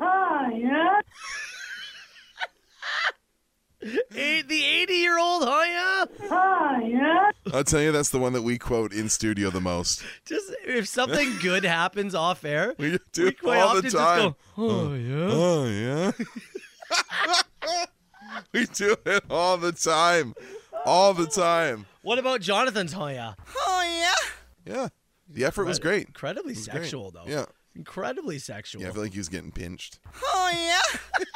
S8: Oh yeah.
S6: [LAUGHS] eight, the 80-year-old Hoya.
S8: Oh yeah.
S7: I'll tell you, that's the one that we quote in studio the
S6: [LAUGHS]
S7: most.
S6: Just if something good happens off air,
S7: We do it
S6: quite
S7: all
S6: often
S7: the
S6: just
S7: time.
S6: go, "Oh yeah."
S7: Oh yeah. [LAUGHS] we do it all the time. All the time.
S6: What about Jonathan's Hoya?
S7: Yeah. The effort was great.
S6: Incredibly
S7: Great.
S6: sexual, though.
S7: Yeah.
S6: Incredibly sexual. [LAUGHS]
S7: Yeah, I feel like he was getting pinched.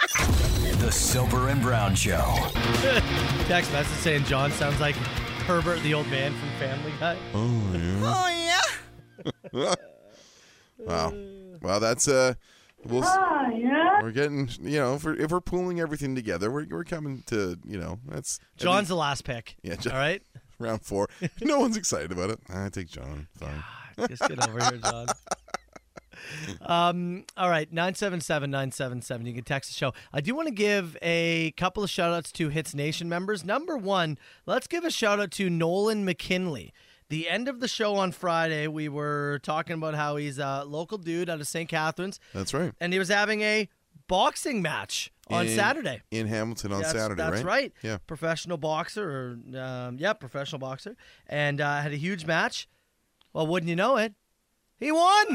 S5: The Soper and Brown Show.
S6: Text message saying John sounds like Herbert, the old man from Family Guy.
S7: Oh, Wow. Well, that's uh we'll s-
S8: Oh yeah.
S7: we're getting, you know, if we're, if we're pooling everything together, we're, we're coming to, you know, that's at
S6: John's the last pick.
S7: Yeah, John-
S6: All right.
S7: least [LAUGHS] round
S6: [LAUGHS]
S7: four. No one's excited about it. I take John. Fine.
S6: Just get over here, John. Um, all right, 977 977. You can text the show. I do want to give a couple of shout outs to Hits Nation members. Number one, let's give a shout out to Nolan McKinley. The end of the show on Friday, we were talking about how he's a local dude out of St. Catharines,
S7: That's right.
S6: and he was having a boxing match on
S7: In-
S6: Saturday.
S7: In Hamilton on
S6: that's,
S7: Saturday,
S6: that's
S7: right? Yeah.
S6: Professional boxer, or um, yeah, professional boxer, and uh, had a huge match. Well, wouldn't you know it, he won,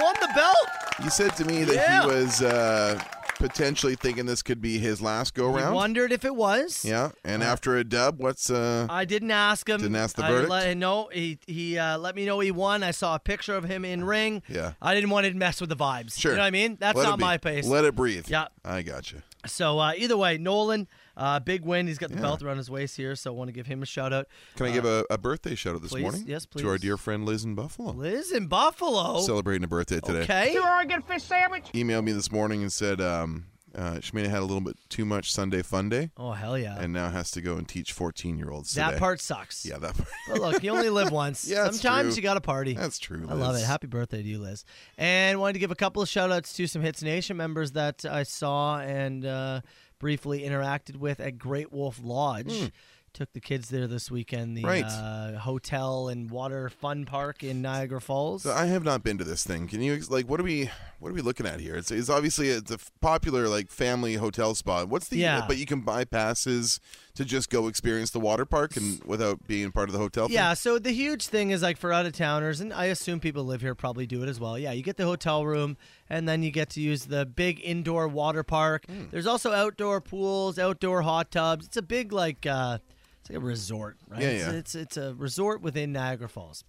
S6: won the belt.
S7: You said to me that
S6: Yeah.
S7: he was uh, potentially thinking this could be his last go
S6: I
S7: round.
S6: wondered if it was.
S7: Yeah,
S6: Uh,
S7: and after a dub, what's uh?
S6: I didn't ask him.
S7: Didn't ask the
S6: I
S7: verdict?
S6: Let him know. He he uh, let me know he won. I saw a picture of him in ring.
S7: Yeah.
S6: I didn't want to mess with the vibes.
S7: sure.
S6: You know what I mean? That's
S7: Let it
S6: not
S7: be.
S6: my pace.
S7: Let it breathe.
S6: Yeah.
S7: I got you.
S6: so uh, either way, Nolan, uh, big win. He's got the belt around his waist here, so I want to give him a shout out.
S7: Can I give a, a birthday shout out this
S6: Uh, please,
S7: morning?
S6: yes,
S7: To our
S6: please.
S7: dear friend Liz in Buffalo,
S6: Liz in Buffalo.
S7: celebrating a birthday today.
S6: Oh. okay.
S3: Two Oregon fish sandwich.
S7: Emailed me this morning and said um, uh, she may have had a little bit too much Sunday fun day,
S6: Oh hell yeah.
S7: and now has to go and teach fourteen year olds.
S6: that part sucks.
S7: Yeah,
S6: [LAUGHS]
S7: that part.
S6: But look, you only
S7: [LAUGHS]
S6: live once.
S7: Yeah, it's
S6: Sometimes
S7: true.
S6: you got to party.
S7: That's true.
S6: I love it.
S7: Liz.
S6: Happy birthday to you, Liz. And wanted to give a couple of shout outs to some Hits Nation members that I saw and uh, briefly interacted with at Great Wolf Lodge. Took the kids there this weekend, the
S7: Hmm. Right.
S6: uh, hotel and water fun park in Niagara Falls.
S7: So I have not been to this thing. Can you ex- like what are we what are we looking at here? It's it's obviously it's a f- popular like family hotel spot. What's the
S6: Yeah.
S7: but you can buy passes to just go experience the water park and without being part of the hotel. thing?
S6: Yeah, so the huge thing is like for out of towners, and I assume people live here probably do it as well. Yeah, you get the hotel room, and then you get to use the big indoor water park. There's also outdoor pools, outdoor hot tubs. It's a big like uh, it's like a resort, right?
S7: Yeah,
S6: It's-
S7: yeah.
S6: It's, it's a resort within Niagara Falls,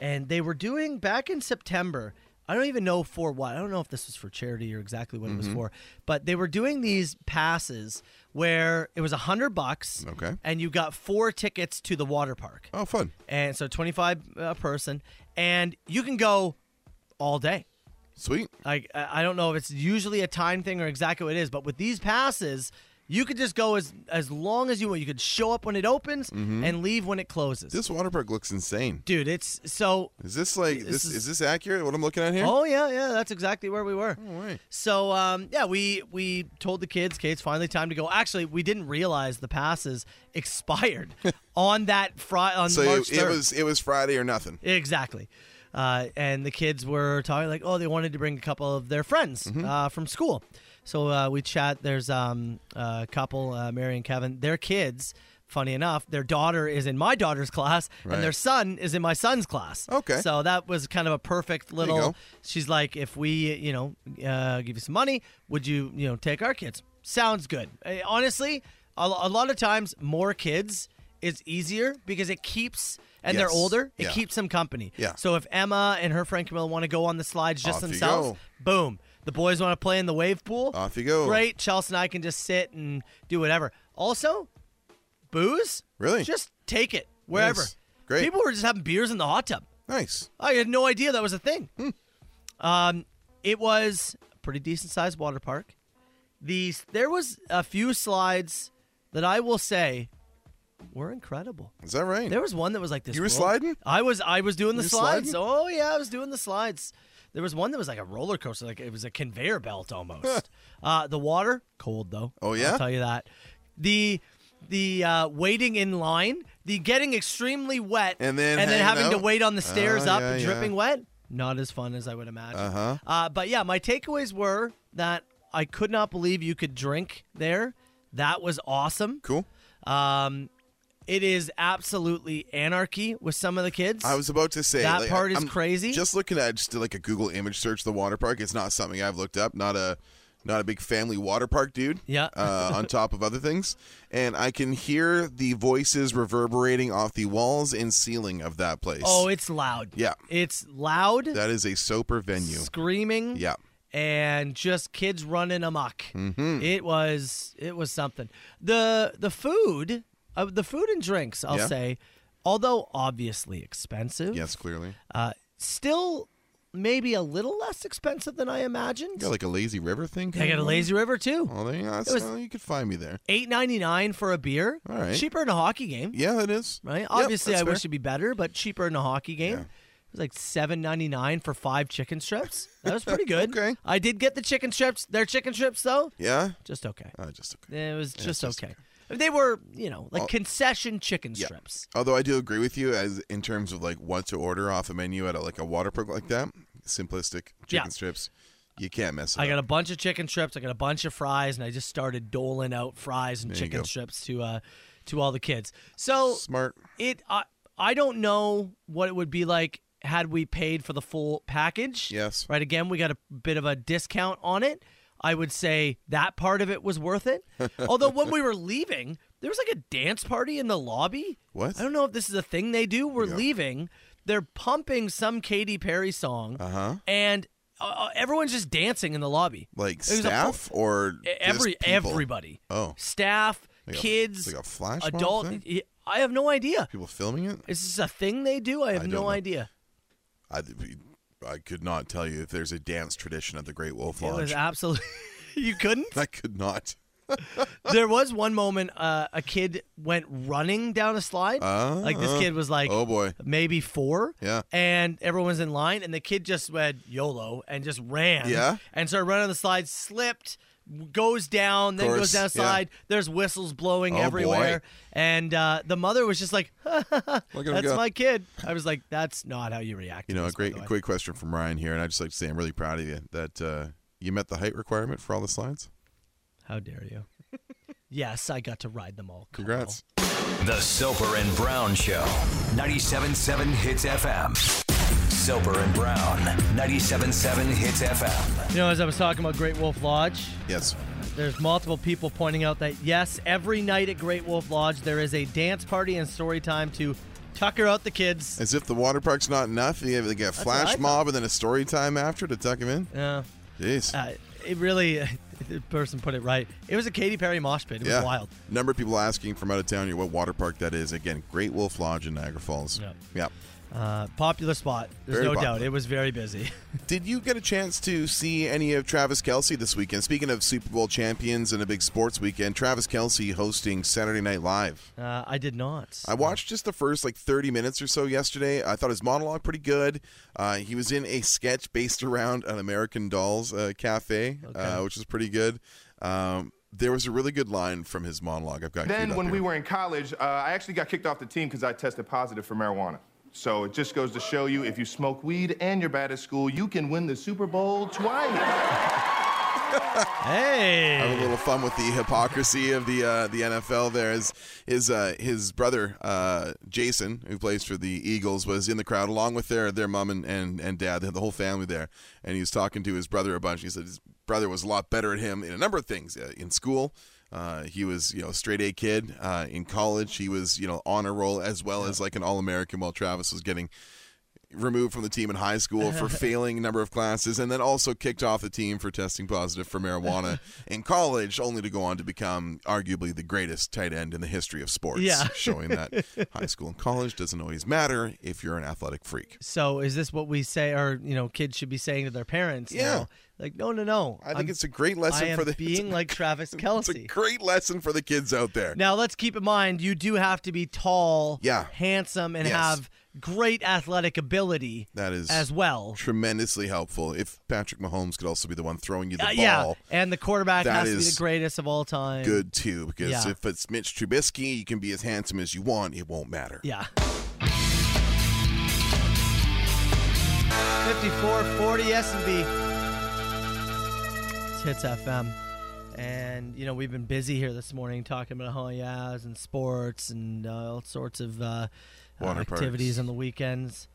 S6: and they were doing back in September. I don't even know for what. I don't know if this was for charity or exactly what it
S7: Mm-hmm.
S6: was for, but they were doing these passes where it was a hundred bucks,
S7: Okay.
S6: and you got four tickets to the water park
S7: Oh, fun.
S6: and so 25 a person and you can go all day
S7: Sweet.
S6: like i I don't know if it's usually a time thing or exactly what it is but with these passes you could just go as as long as you want you could show up when it opens and leave when it closes
S7: Mm-hmm. This water park looks insane.
S6: dude it's so
S7: Is this like
S6: This
S7: this,
S6: is-
S7: is, this accurate what I'm looking at here?
S6: oh yeah yeah that's exactly where we were
S7: No way.
S6: So um, yeah, we we told the kids, "Okay, it's finally time to go." Actually, we didn't realize the passes
S7: [LAUGHS]
S6: expired on that Friday on
S7: So
S6: March
S7: it, it
S6: 3rd.
S7: was it was Friday or nothing.
S6: Exactly. Uh, and the kids were talking like, oh, they wanted to bring a couple of their friends
S7: Mm-hmm.
S6: uh, from school. So uh, we chat. There's um, a couple, uh, Mary and Kevin. Their kids, funny enough, their daughter is in my daughter's [LAUGHS] class, and their
S7: Right.
S6: son is in my son's class.
S7: Okay.
S6: So that was kind of a perfect
S7: you
S6: little.
S7: go.
S6: She's like, if we, you know, uh, give you some money, would you, you know, take our kids? sounds good. Uh, honestly, a, a lot of times more kids is easier because it keeps and they're
S7: Yes.
S6: older. It
S7: Yeah.
S6: keeps them company.
S7: Yeah.
S6: So if Emma and her friend Camilla want to go on the slides just
S7: Off you
S6: themselves,
S7: go.
S6: boom. The boys want to play in the wave pool.
S7: Off you go.
S6: Great. Chelsea and I can just sit and do whatever. Also, booze.
S7: Really?
S6: Just take it wherever.
S7: Nice. Great.
S6: People were just having beers in the hot tub.
S7: Nice.
S6: I had no idea that was a thing.
S7: Hmm.
S6: Um, it was a pretty decent sized water park. These there was a few slides that I will say were incredible.
S7: Is that right?
S6: There was one that was like this.
S7: You were
S6: roll-
S7: sliding?
S6: I was. I was doing the
S7: You were
S6: slides.
S7: sliding?
S6: Oh yeah, I was doing the slides. There was one that was like a roller coaster, like it was a conveyor belt
S7: [LAUGHS]
S6: almost. uh, the water cold though.
S7: Oh, yeah?
S6: I'll tell you that. The the uh, waiting in line, the getting extremely wet,
S7: And then
S6: and then
S7: hanging
S6: having to
S7: out?
S6: wait on the stairs
S7: Oh,
S6: up,
S7: yeah,
S6: and
S7: yeah.
S6: dripping wet. Not as fun as I would imagine. Uh-huh. Uh, but yeah, my takeaways were that I could not believe you could drink there. That was awesome.
S7: cool.
S6: Um, it is absolutely anarchy with some of the kids.
S7: I was about to say
S6: That
S7: like,
S6: part is
S7: I'm
S6: crazy.
S7: Just looking at just like a Google image search of the water park. It's not something I've looked up. Not a not a big family water park dude.
S6: Yeah.
S7: uh,
S6: [LAUGHS]
S7: on top of other things, and I can hear the voices reverberating off the walls and ceiling of that place.
S6: oh, it's loud.
S7: Yeah.
S6: it's loud,
S7: that is a soper venue.
S6: screaming.
S7: Yeah.
S6: and just kids running amok.
S7: Mm-hmm.
S6: It was it was something. the The food, uh, the food and drinks, I'll
S7: Yeah.
S6: say, although obviously expensive,
S7: Yes, clearly.
S6: uh, still maybe a little less expensive than I imagined.
S7: Got like a lazy river thing.
S6: I got a lazy river too.
S7: Oh, there you, that's,
S6: It was-
S7: well, you could find me there.
S6: Eight ninety nine for a beer.
S7: All right.
S6: cheaper than a hockey game.
S7: Yeah, it is.
S6: right?
S7: Yep,
S6: Obviously,
S7: that's
S6: I
S7: fair.
S6: wish it'd be better, but cheaper in a hockey game.
S7: Yeah.
S6: It was like seven ninety nine for five chicken strips. That was
S7: [LAUGHS]
S6: pretty good.
S7: Okay.
S6: I did get the chicken strips. Their chicken strips, though,
S7: Yeah.
S6: just okay.
S7: Uh, just okay.
S6: It was just,
S7: just
S6: okay. They were, you know, like
S7: Oh.
S6: concession chicken
S7: Yeah.
S6: strips.
S7: Although I do agree with you as in terms of like what to order off a menu at a, like a water park like that, simplistic
S6: Yeah.
S7: chicken strips, you can't mess it
S6: I got a
S7: up.
S6: bunch of chicken strips. I got a bunch of fries, and I just started doling out fries and
S7: There you
S6: chicken
S7: go.
S6: strips to uh to all the kids. So
S7: Smart.
S6: it, I I don't know what it would be like had we paid for the full package.
S7: Yes.
S6: Right. Again, we got a bit of a discount on it. I would say that part of it was worth
S7: [LAUGHS]
S6: it. Although when we were leaving, there was like a dance party in the lobby.
S7: What?
S6: I don't know if this is a thing they do. We're leaving. They're pumping some Katy Perry song, uh-huh. and uh, everyone's just dancing in the lobby. It
S7: Like
S6: was a full-
S7: staff or just
S6: every
S7: people?
S6: everybody,
S7: Oh.
S6: staff,
S7: Like a-
S6: kids,
S7: like a flash mob
S6: adult.
S7: thing?
S6: y- I have no idea.
S7: People filming it?
S6: Is this a thing they do? I have
S7: don't
S6: no
S7: know.
S6: idea.
S7: I, I could not tell you if there's a dance tradition at the Great Wolf
S6: It was
S7: Lodge.
S6: absolutely. [LAUGHS] you couldn't.
S7: [LAUGHS] I could not.
S6: there was one moment uh, a kid went running down a slide.
S7: Ah.
S6: like this kid was like,
S7: Oh, boy.
S6: maybe four.
S7: Yeah.
S6: and everyone's in line, and the kid just read YOLO and just ran.
S7: Yeah.
S6: and started running on the slide, slipped, goes down, then
S7: Course,
S6: goes down
S7: yeah.
S6: the slide. There's whistles blowing
S7: Oh, boy.
S6: everywhere, and uh, the mother was just like,
S7: Look at him
S6: "That's
S7: go."
S6: my kid." I was like, "That's not how you react."
S7: You
S6: to
S7: know, a
S6: this, by
S7: great,
S6: the way."
S7: great question from Ryan here, and I just like to say I'm really proud of you that uh, you met the height requirement for all the slides.
S6: How dare
S7: [LAUGHS]
S6: you? yes, I got to ride them all. Carl.
S7: Congrats!
S5: The Soper and Brown Show. 97.7 Hits FM. Soper and Brown. 97.7 Hits FM.
S6: You know, as I was talking about Great Wolf Lodge,
S7: Yes,
S6: There's multiple people pointing out that yes, every night at Great Wolf Lodge there is a dance party and story time to tucker out the kids.
S7: as if the water park's not enough, you have like a
S6: what I
S7: flash
S6: thought.
S7: mob and then a story time after to tuck him in.
S6: Yeah,
S7: Jeez,
S6: uh, it really. [LAUGHS] The person put it right. It was a Katy Perry mosh pit. It was
S7: yeah,
S6: wild.
S7: Number of people asking from out of town here what water park that is. Again, Great Wolf Lodge in Niagara Falls.
S6: Yep.
S7: Yeah.
S6: Uh, popular spot. There's
S7: Very
S6: no
S7: popular.
S6: doubt. It was very busy. [LAUGHS]
S7: Did you get a chance to see any of Travis Kelsey this weekend? Speaking of Super Bowl champions and a big sports weekend, Travis Kelsey hosting Saturday Night Live.
S6: Uh, I did not.
S7: I watched just the first like 30 minutes or so yesterday. I thought his monologue pretty good. Uh, he was in a sketch based around an American Dolls uh, cafe, uh, which is pretty good. Um, there was a really good line from his monologue. I've got. queued
S9: Then,
S7: up
S9: when
S7: here.
S9: we were in college, uh, I actually got kicked off the team because I tested positive for marijuana. So it just goes to show you if you smoke weed and you're bad at school, you can win the Super Bowl twice.
S6: Hey,
S7: Have a little fun with the hypocrisy of the uh, the NFL. There is his uh, his brother uh, Jason, who plays for the Eagles, was in the crowd along with their their mom and, and, and dad. They had the whole family there, and he was talking to his brother a bunch. He said, brother was a lot better at him in a number of things. Uh, in school, uh, he was you know a straight A kid. Uh, in college, he was you know honor roll as well as like an All American. While Travis was getting removed from the team in high school
S6: [LAUGHS]
S7: for failing a number of classes and then also kicked off the team for testing positive
S6: [LAUGHS]
S7: for marijuana in college only to go on to become arguably the greatest tight end in the history of sports
S6: Yeah. [LAUGHS]
S7: showing that high school and college doesn't always matter if you're an athletic freak
S6: So is this what we say, or you know, kids should be saying to their parents?
S7: Yeah.
S6: now? Like, no, no, no.
S7: i think
S6: I'm-
S7: it's a great
S6: I
S7: lesson
S6: am
S7: for the
S6: being
S7: [LAUGHS] it's a-
S6: like Travis Kelsey.
S7: it's a great lesson for the kids out there
S6: Now let's keep in mind you do have to be tall,
S7: Yeah.
S6: handsome, and
S7: Yes.
S6: have great athletic ability
S7: that is
S6: as well.
S7: tremendously helpful if patrick mahomes could also be the one throwing you the
S6: Uh,
S7: ball
S6: yeah, and the quarterback
S7: That
S6: has to be the
S7: is
S6: greatest of all time.
S7: good too because
S6: Yeah.
S7: if it's Mitch Trubisky, you can be as handsome as you want. It won't matter.
S6: Yeah. 5440 S&B. It's Hits FM. And, you know, we've been busy here this morning talking about how yas and sports and uh, all sorts of uh, uh,
S7: Water parks.
S6: activities on the weekends.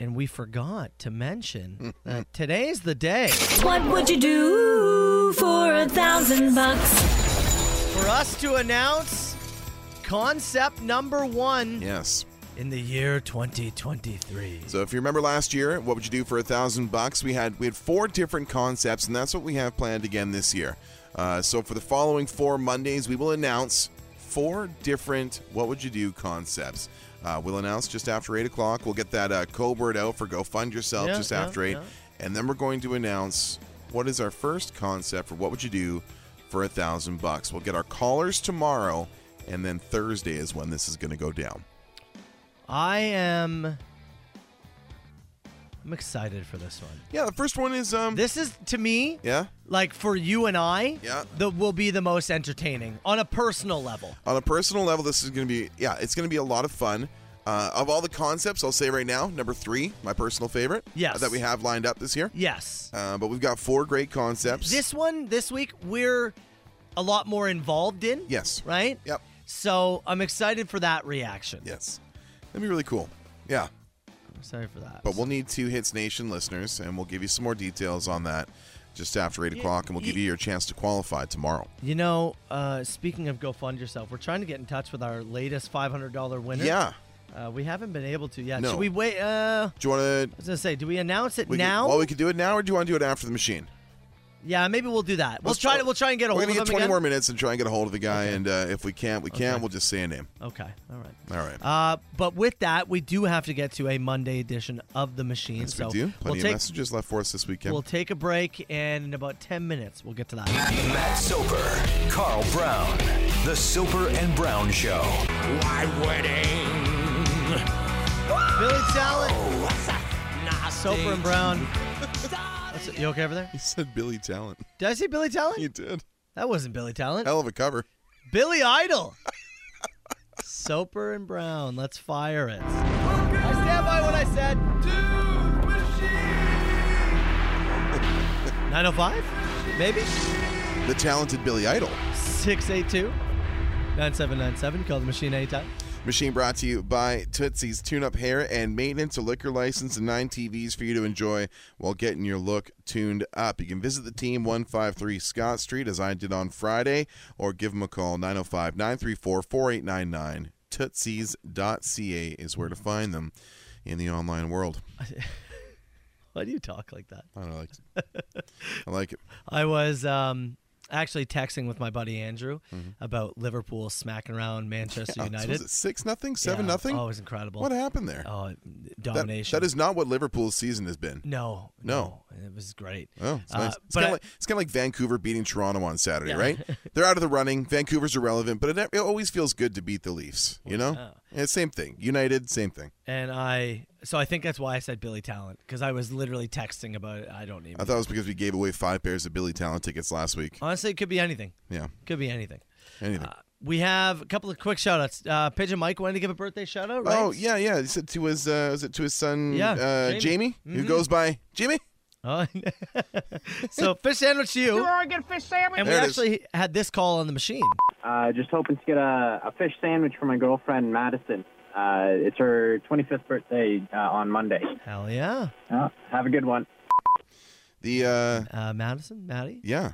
S6: And we forgot to
S7: [LAUGHS]
S6: mention that today's the day
S10: What would you do for a thousand bucks?
S6: for us to announce concept number one
S7: Yes.
S6: in the year 2023.
S7: So if you remember last year, what would you do for a thousand bucks? We had we had four different concepts, and that's what we have planned again this year. Uh, so for the following four Mondays, we will announce four different what would you do concepts. Uh, we'll announce just after eight o'clock. We'll get that uh, code out for Go Fund Yourself
S6: Yeah,
S7: just
S6: yeah,
S7: after eight,
S6: yeah.
S7: and then we're going to announce what is our first concept for what would you do for a thousand bucks. We'll get our callers tomorrow, and then Thursday is when this is going to go down.
S6: I am. I'm excited for this one.
S7: Yeah, the first one is um.
S6: This is to me,
S7: yeah.
S6: like for you and I,
S7: Yeah.
S6: that will be the most entertaining on a personal level.
S7: on a personal level, this is going to be yeah, it's going to be a lot of fun. Uh, of all the concepts, I'll say right now, number three, my personal favorite, uh,
S6: Yes.
S7: that we have lined up this year.
S6: Yes.
S7: Uh, but we've got four great concepts.
S6: This one, this week, we're a lot more involved in.
S7: Yes.
S6: Right.
S7: Yep.
S6: So I'm excited for that reaction.
S7: yes, that'd be really cool. Yeah,
S6: I'm excited for that.
S7: but we'll need two Hits Nation listeners, and we'll give you some more details on that just after eight o'clock, and we'll give you your chance to qualify tomorrow.
S6: you know, uh, speaking of go fund yourself, we're trying to get in touch with our latest $500 winner.
S7: Yeah.
S6: Uh, we haven't been able to yet.
S7: No.
S6: Should we wait? Uh, I
S7: Do you want to?
S6: was gonna say, do we announce it now?
S7: well, we could do it now, or do you want to do it after the machine?
S6: Yeah, maybe we'll do that. We'll
S7: Let's
S6: try
S7: try-
S6: to we'll try and get a
S7: We're
S6: hold
S7: gonna
S6: of
S7: get
S6: him
S7: 20
S6: again.
S7: more minutes and try and get a hold of the guy, and uh, if we can't, we can't. We'll just say a name.
S6: Okay, all right.
S7: All right.
S6: Uh, but with that, we do have to get to a Monday edition of the machine.
S7: Yes,
S6: so
S7: we do.
S6: we'll
S7: Plenty of
S6: take
S7: messages left for us this weekend. [LAUGHS]
S6: we'll take a break, and in about ten minutes, we'll get to that.
S5: Matt Soper, Carl Brown, The Soper and Brown Show.
S6: Billy Talent, Soper and Brown. What's it- you okay over there?
S7: he said Billy Talent. [LAUGHS]
S6: Did I say Billy Talent?
S7: He did.
S6: That wasn't Billy Talent.
S7: Hell of a cover.
S6: Billy Idol. Soper and Brown. Let's fire it. I stand by what I said. 905? Maybe?
S7: The talented Billy Idol.
S6: 682 9797. Call the machine anytime.
S7: Machine brought to you by Tootsie's Tune Up Hair and Maintenance, a liquor license, and nine TVs for you to enjoy while getting your look tuned up. You can visit the team 153 Scott Street, as I did on Friday, or give them a call 905 934 4899. Tootsies.ca is where to find them in the online world.
S6: Why do you talk like that?
S7: I don't know, I like it. [LAUGHS] I like it.
S6: I was um, actually texting with my buddy Andrew about Liverpool smacking around Manchester
S7: Mm-hmm. [LAUGHS] Yeah, so
S6: United.
S7: Was it six nothing, seven
S6: Yeah.
S7: nothing?
S6: Oh, it was incredible.
S7: What happened there?
S6: Oh,
S7: That-
S6: domination.
S7: that is not what Liverpool's season has been.
S6: No,
S7: No.
S6: It was great.
S7: Oh, it's,
S6: Uh,
S7: nice.
S6: but
S7: it's kind
S6: I-
S7: of like, it's kinda like Vancouver beating Toronto on Saturday,
S6: Yeah. [LAUGHS]
S7: right? They're out of the running. Vancouver's irrelevant, but it, it always feels good to beat the Leafs. You know, yeah, same thing. United, same thing.
S6: and I so I think that's why I said Billy Talent because I was literally texting about it. I don't
S7: I
S6: even
S7: thought it was because we gave away five pairs of Billy Talent tickets last week.
S6: honestly. It could be anything.
S7: Yeah,
S6: Could be anything.
S7: anything.
S6: Uh, we have a couple of quick shout outs. Uh, Pigeon Mike wanted to give a birthday shout out. Right?
S7: Oh yeah, yeah. He said to his uh, was it to his son
S6: Yeah,
S7: uh,
S6: Jamie. Mm-hmm.
S7: Jamie, who goes by Jimmy.
S6: [LAUGHS] Oh, so fish sandwich to you.
S3: want to get a fish sandwich?
S6: And we
S7: There it is.
S6: actually had this call on the machine.
S11: Uh, just hoping to get a, a fish sandwich for my girlfriend Madison. Uh, it's her 25th birthday uh, on Monday.
S6: Hell yeah.
S11: Uh, have a good one.
S7: The uh,
S6: uh Madison, Maddie.
S7: Yeah.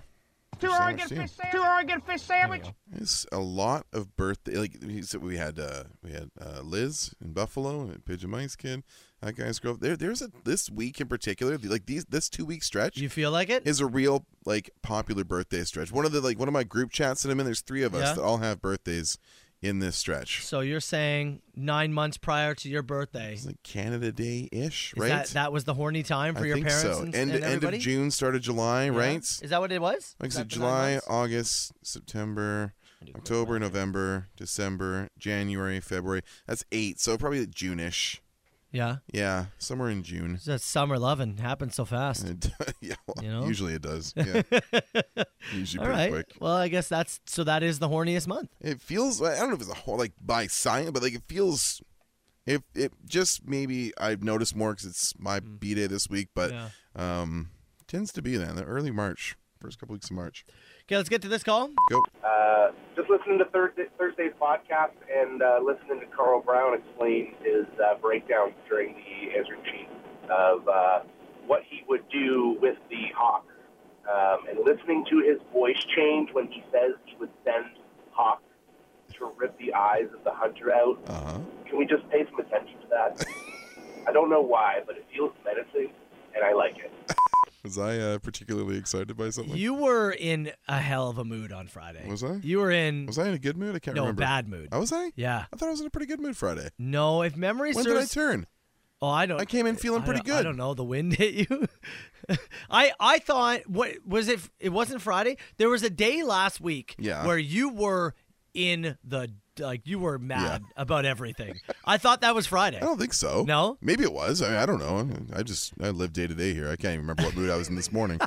S3: Two
S7: Sandwich
S3: Oregon
S7: too.
S3: fish sandwich. Two Oregon fish sandwich.
S7: It's a lot of birthday. Like he said, we had uh, we had uh, Liz in Buffalo and Pigeon Mike's kid. That guy's growth. There, there's a this week in particular. the- Like these, this two week stretch. You
S6: feel like it
S7: is a real like popular birthday stretch. One of the like one of my group chats that I'm in. There's three of us
S6: Yeah.
S7: that all have birthdays in this stretch.
S6: So you're saying nine months prior to your birthday? It's
S7: like Canada Day ish, right?
S6: That, that was the horny time for
S7: I
S6: your
S7: think
S6: parents
S7: so.
S6: and,
S7: end
S6: and
S7: end of
S6: everybody?
S7: June, start of July,
S6: Yeah.
S7: right?
S6: Is that what it was?
S7: Like I
S6: Is
S7: said,
S6: that the nine months?
S7: July, August, September, October, November, December, January, February. That's eight. So probably like June-ish.
S6: Yeah.
S7: Yeah, somewhere in June.
S6: It's That summer loving happens so
S7: [LAUGHS]
S6: fast.
S7: yeah, well,
S6: You know?
S7: usually it
S6: [LAUGHS]
S7: does. Yeah, usually
S6: All
S7: pretty
S6: right.
S7: quick.
S6: Well, I guess that's so. That is the horniest month.
S7: It feels. I don't know if it's a whole like by science, but like it feels. If it just maybe I've noticed more because it's my b day this week, but
S6: Mm. Yeah.
S7: um, tends to be that in the early March, first couple weeks of March.
S6: Okay, let's get to this call.
S7: Go.
S12: Uh, just listening to Thursday, Thursday's podcast and uh, listening to Carl Brown explain his uh, breakdowns during the answering sheet of uh, what he would do with the Hawks. Um, and listening to his voice change when he says he would send Hawks to rip the eyes of the hunter out.
S7: Uh-huh.
S12: Can we just pay some attention to that? I don't know why, but it feels menacing, and I like it.
S7: Was I uh, particularly excited by something?
S6: You were in a hell of a mood on Friday.
S7: Was I?
S6: You were in.
S7: Was I in a good mood? I can't
S6: no,
S7: remember.
S6: bad mood.
S7: Oh, was I?
S6: Yeah.
S7: I thought I was in a pretty good mood Friday.
S6: No, if memory
S7: When did
S6: serves.
S7: I turn?
S6: Oh, I don't.
S7: I came in feeling
S6: I
S7: pretty
S6: don't- I
S7: good.
S6: don't know. The wind [LAUGHS] hit you. I I thought what was it? It wasn't Friday. There was a day last week
S7: Yeah.
S6: where you were in the like you were mad about everything. I thought that was Friday.
S7: I don't think so.
S6: No?
S7: Maybe it was. I, I don't know. I just I live day to day here. I can't even remember what mood I was in
S6: [LAUGHS]
S7: this morning.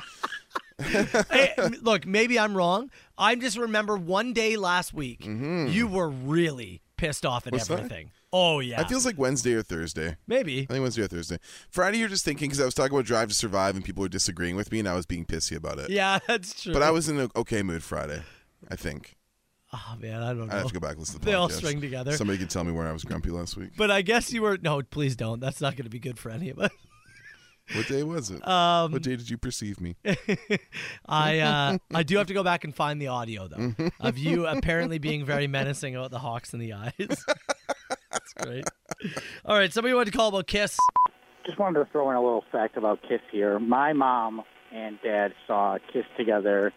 S6: Hey, Eh, m- look, maybe I'm wrong. I just remember one day last week
S7: Mm-hmm.
S6: you were really pissed off at
S7: Was I?
S6: everything. Oh yeah.
S7: It feels like Wednesday or Thursday.
S6: Maybe. [LAUGHS]
S7: I think Wednesday or Thursday. Friday, you're just thinking because I was talking about Drive to Survive and people were disagreeing with me and I was being pissy about it.
S6: yeah, that's true.
S7: But I was in an okay mood Friday, I think.
S6: Oh man, I don't know.
S7: I have to go back and listen to the
S6: They all
S7: podcast.
S6: string together.
S7: Somebody can tell me where I was grumpy last week.
S6: But I guess you were no, please don't. That's not going to be good for any of
S7: [LAUGHS]
S6: us.
S7: What day was it?
S6: Um,
S7: what day did you
S6: [LAUGHS]
S7: perceive me?
S6: I uh, I do have to go back and find the audio though
S7: Mm-hmm.
S6: of
S7: [LAUGHS]
S6: you apparently being very menacing about the hawks in the eyes. [LAUGHS] That's great. All right, somebody wanted to call about Kiss.
S11: Just wanted to throw in a little fact about Kiss here. My mom and dad saw Kiss together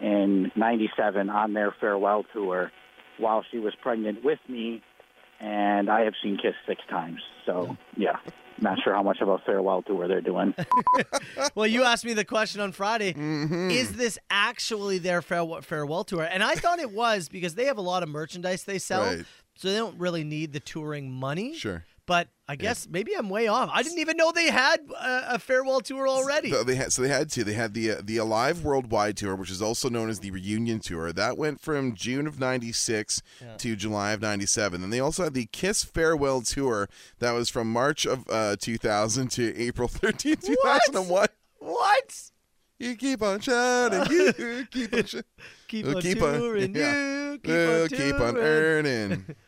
S11: in 97 on their farewell tour while she was pregnant with me, and I have seen Kiss six times. So, yeah, not sure how much of a farewell tour they're doing.
S6: Well, you asked me the question on Friday.
S7: Mm-hmm.
S6: Is this actually their farewell, farewell tour? And I thought it was because they have a lot of merchandise they sell,
S7: Right.
S6: so they don't really need the touring money.
S7: Sure.
S6: But I guess maybe I'm way off. I didn't even know they had a, a farewell tour already.
S7: No, they had so they had two. They had the uh, the Alive Worldwide tour, which is also known as the Reunion tour. That went from June of '96 to July of '97. Then they also had the Kiss Farewell tour that was from March of uh, 2000 to April 13, 2001. What?
S6: What?
S7: You keep on shouting, you keep on shouting.
S6: [LAUGHS] Keep
S7: We'll
S6: on
S7: keep on-
S6: touring,
S7: yeah.
S6: you keep
S7: We'll
S6: on touring.
S7: keep on earning.
S6: [LAUGHS]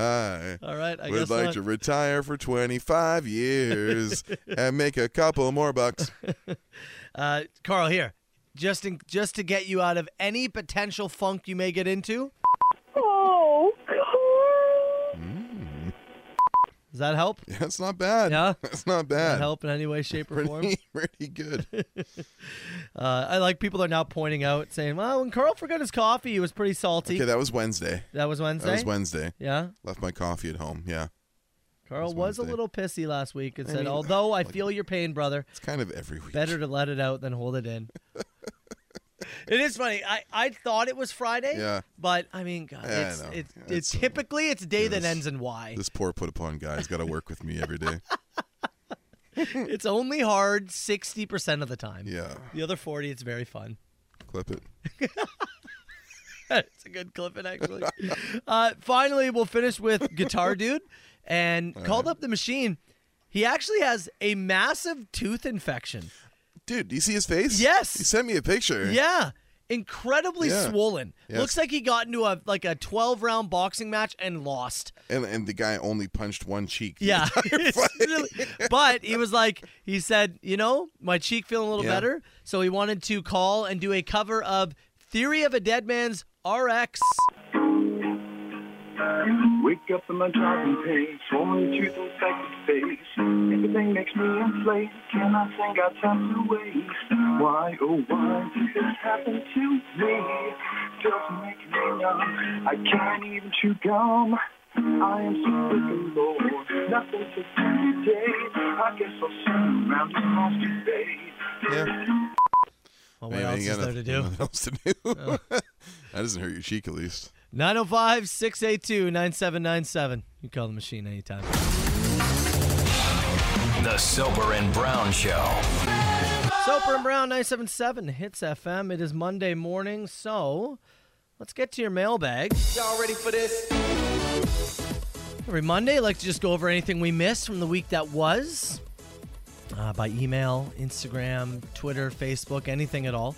S7: I
S6: All right, I
S7: would
S6: guess
S7: like
S6: not.
S7: to retire for
S6: [LAUGHS]
S7: 25 years and make a couple more bucks.
S6: Uh, Carl, here, just in, just to get you out of any potential funk you may get into.
S8: Oh,
S6: Does that help?
S7: Yeah, it's not bad.
S6: Yeah,
S7: It's not bad.
S6: help in any way, shape, or form.
S7: Pretty, [LAUGHS] pretty good.
S6: [LAUGHS] Uh, I like people are now pointing out, saying, "Well, when Carl forgot his coffee, he was pretty salty."
S7: Okay, that was Wednesday.
S6: That was Wednesday.
S7: That was Wednesday.
S6: Yeah.
S7: Left my coffee at home. Yeah.
S6: Carl
S7: That
S6: was, a
S7: Wednesday.
S6: little pissy last week and
S7: I
S6: said,
S7: mean,
S6: "Although I feel your pain, brother,
S7: It's kind of every week.
S6: better to let it out than hold it in." it is funny. I, I thought it was Friday.
S7: Yeah.
S6: But I mean, God,
S7: Yeah, I
S6: it's
S7: know.
S6: it's,
S7: Yeah,
S6: it's,
S7: it's, uh,
S6: typically it's a day
S7: yeah,
S6: that
S7: this-
S6: ends in
S7: [LAUGHS]
S6: Y.
S7: This poor put upon guy's got to work with me
S6: [LAUGHS]
S7: every day.
S6: it's only hard 60% of the time.
S7: Yeah.
S6: The other 40, it's very fun. [LAUGHS]
S7: Clip it.
S6: it's a good clipping, actually. [LAUGHS] uh, finally, we'll finish with
S7: [LAUGHS]
S6: Guitar Dude and called up the machine. He actually has a massive tooth infection.
S7: Dude, do you see his face?
S6: Yes.
S7: He sent me a picture.
S6: Yeah. incredibly
S7: Yeah.
S6: swollen.
S7: Yes.
S6: Looks like he got into a like a twelve round boxing match and lost.
S7: And, and the guy only punched one cheek. [LAUGHS]
S6: Yeah. [LAUGHS] It's really- but he was like, he said, you know, my cheek feeling a little
S7: Yeah.
S6: better. So he wanted to call and do a cover of Theory of a Dead Man's RX.
S13: Wake up in my driving pace, swollen tooth and second face. Everything makes me inflate. Can I sing out time to waste? Why, oh, why did this happen to me? Doesn't make me numb. I can't even chew gum. I am so sick and low. Nothing to do today. I guess I'll sit around and cross today.
S6: Well, what else is there to do?
S7: [LAUGHS]
S6: Oh.
S7: What else to do? [LAUGHS] that doesn't hurt your cheek, at least.
S6: 905 682 9797. You call the machine anytime.
S5: The Soper and Brown Show.
S6: Soper and Brown 977 hits FM. It is Monday morning, so let's get to your mailbag.
S2: Y'all ready for this?
S6: Every Monday, I like to just go over anything we missed from the week that was uh, by email, Instagram, Twitter, Facebook, anything at all.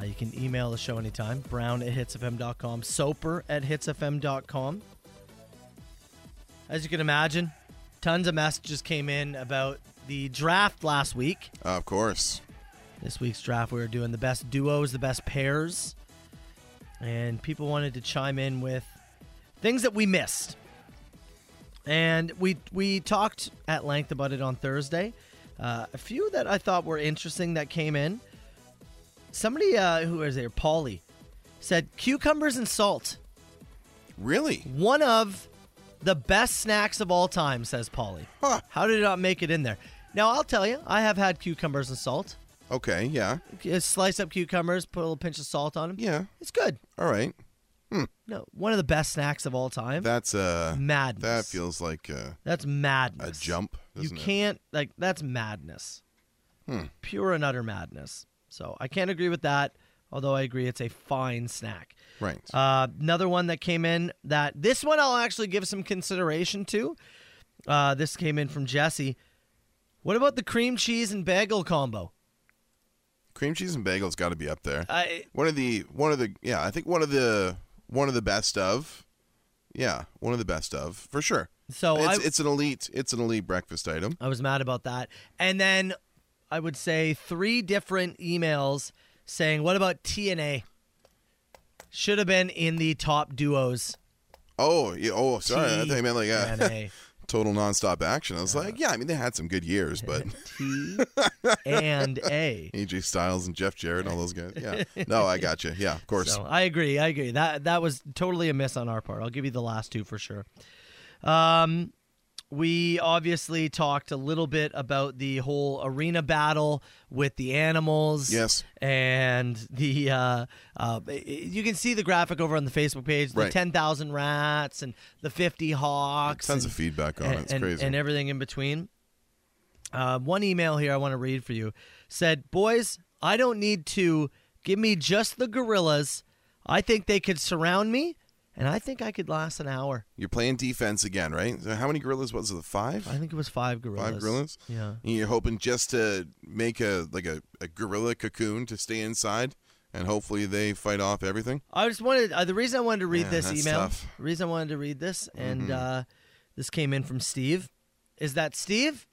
S6: Uh, you can email the show anytime brown at hitsfm.com, soper at hitsfm.com. As you can imagine, tons of messages came in about the draft last week.
S7: Uh, Of course.
S6: This week's draft, we were doing the best duos, the best pairs, and people wanted to chime in with things that we missed. And we we talked at length about it on Thursday. Uh, a few that I thought were interesting that came in. Somebody uh, who is there, Paulie, said cucumbers and salt.
S7: Really?
S6: One of the best snacks of all time, says Paulie. How did it not make it in there? Now I'll tell you, I have had cucumbers and salt.
S7: Okay, yeah.
S6: Uh, Slice up cucumbers, put a little pinch of salt on them.
S7: Yeah.
S6: It's good.
S7: All right.
S6: No, one of the best snacks of all time.
S7: That's uh
S6: madness.
S7: That feels like uh,
S6: That's
S7: a
S6: madness.
S7: jump.
S6: you
S7: doesn't it?
S6: can't like that's madness.
S7: Hmm.
S6: Pure and utter madness. So I can't agree with that, although I agree it's a fine snack.
S7: Right.
S6: Uh, another one that came in that this one I'll actually give some consideration to. Uh, this came in from Jesse. What about the cream cheese and bagel combo?
S7: Cream cheese and bagel's got to be up there.
S6: I-
S7: one of the one of the yeah, I think one of the one of the best of. Yeah, one of the best of for sure.
S6: So
S7: it's,
S6: I-
S7: it's an elite. It's an elite breakfast item.
S6: I was mad about that. And then I would say three different emails saying, "What about TNA? Should have been in the top duos."
S7: Oh, yeah, oh, sorry. I think I meant like
S6: TNA.
S7: a [LAUGHS] total nonstop action. I was like, yeah, I mean they had some good years,
S6: [LAUGHS]
S7: but
S6: T and A.
S7: AJ Styles and Jeff Jarrett and all those guys.
S6: [LAUGHS]
S7: Yeah. No, I got you. Yeah, of course.
S6: So I agree. I agree. That that was totally a miss on our part. I'll give you the last two for sure. Um, we obviously talked a little bit about the whole arena battle with the animals.
S7: Yes.
S6: And the uh, uh, you can see the graphic over on the Facebook page. The
S7: Right.
S6: ten thousand rats and the fifty hawks.
S7: Tons
S6: and-
S7: of feedback on it. It's
S6: and,
S7: crazy.
S6: and everything in between. Uh, one email here I want to read for you said, "Boys, I don't need to give me just the gorillas. I think they could surround me, and I think I could last an hour.
S7: You're playing defense again, right? So how many gorillas was it? Five?
S6: I think it was five gorillas.
S7: Five gorillas?
S6: Yeah.
S7: And you're hoping just to make a like a, a gorilla cocoon to stay inside and hopefully they fight off everything.
S6: I just wanted uh, the reason I wanted to read
S7: Man,
S6: this
S7: that's
S6: email.
S7: tough.
S6: The reason I wanted to read this, and
S7: Mhm.
S6: uh, this came in from Steve, is that Steve?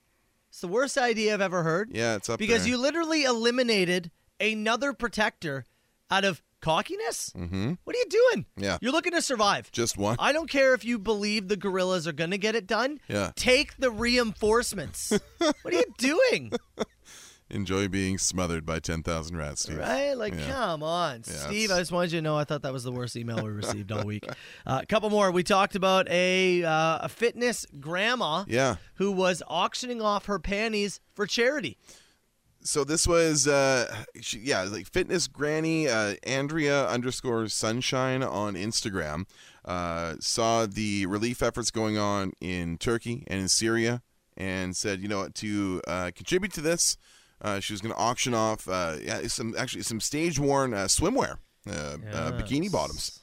S6: It's the worst idea I've ever heard.
S7: Yeah, it's up
S6: because
S7: there.
S6: you literally eliminated another protector out of cockiness.
S7: Mhm.
S6: What are you doing?
S7: Yeah.
S6: You're looking to survive.
S7: Just one.
S6: I don't care if you believe the gorillas are going to get it done.
S7: Yeah.
S6: Take the
S7: [LAUGHS]
S6: reinforcements. what are you doing?
S7: Enjoy being smothered by ten thousand rats, Steve.
S6: Right? Like,
S7: Yeah.
S6: come on,
S7: Yeah,
S6: Steve.
S7: it's-
S6: I just wanted you to know I thought that was the worst email we received all
S7: [LAUGHS]
S6: week. Uh, a couple more. We talked about a uh, a fitness grandma
S7: Yeah.
S6: who was auctioning off her panties for charity.
S7: so this was uh she, yeah like fitness granny uh, andrea underscore sunshine on instagram uh, saw the relief efforts going on in turkey and in syria and said you know what to uh, contribute to this uh, she was going to auction off uh, yeah, some actually some stage worn uh, swimwear uh, uh, bikini bottoms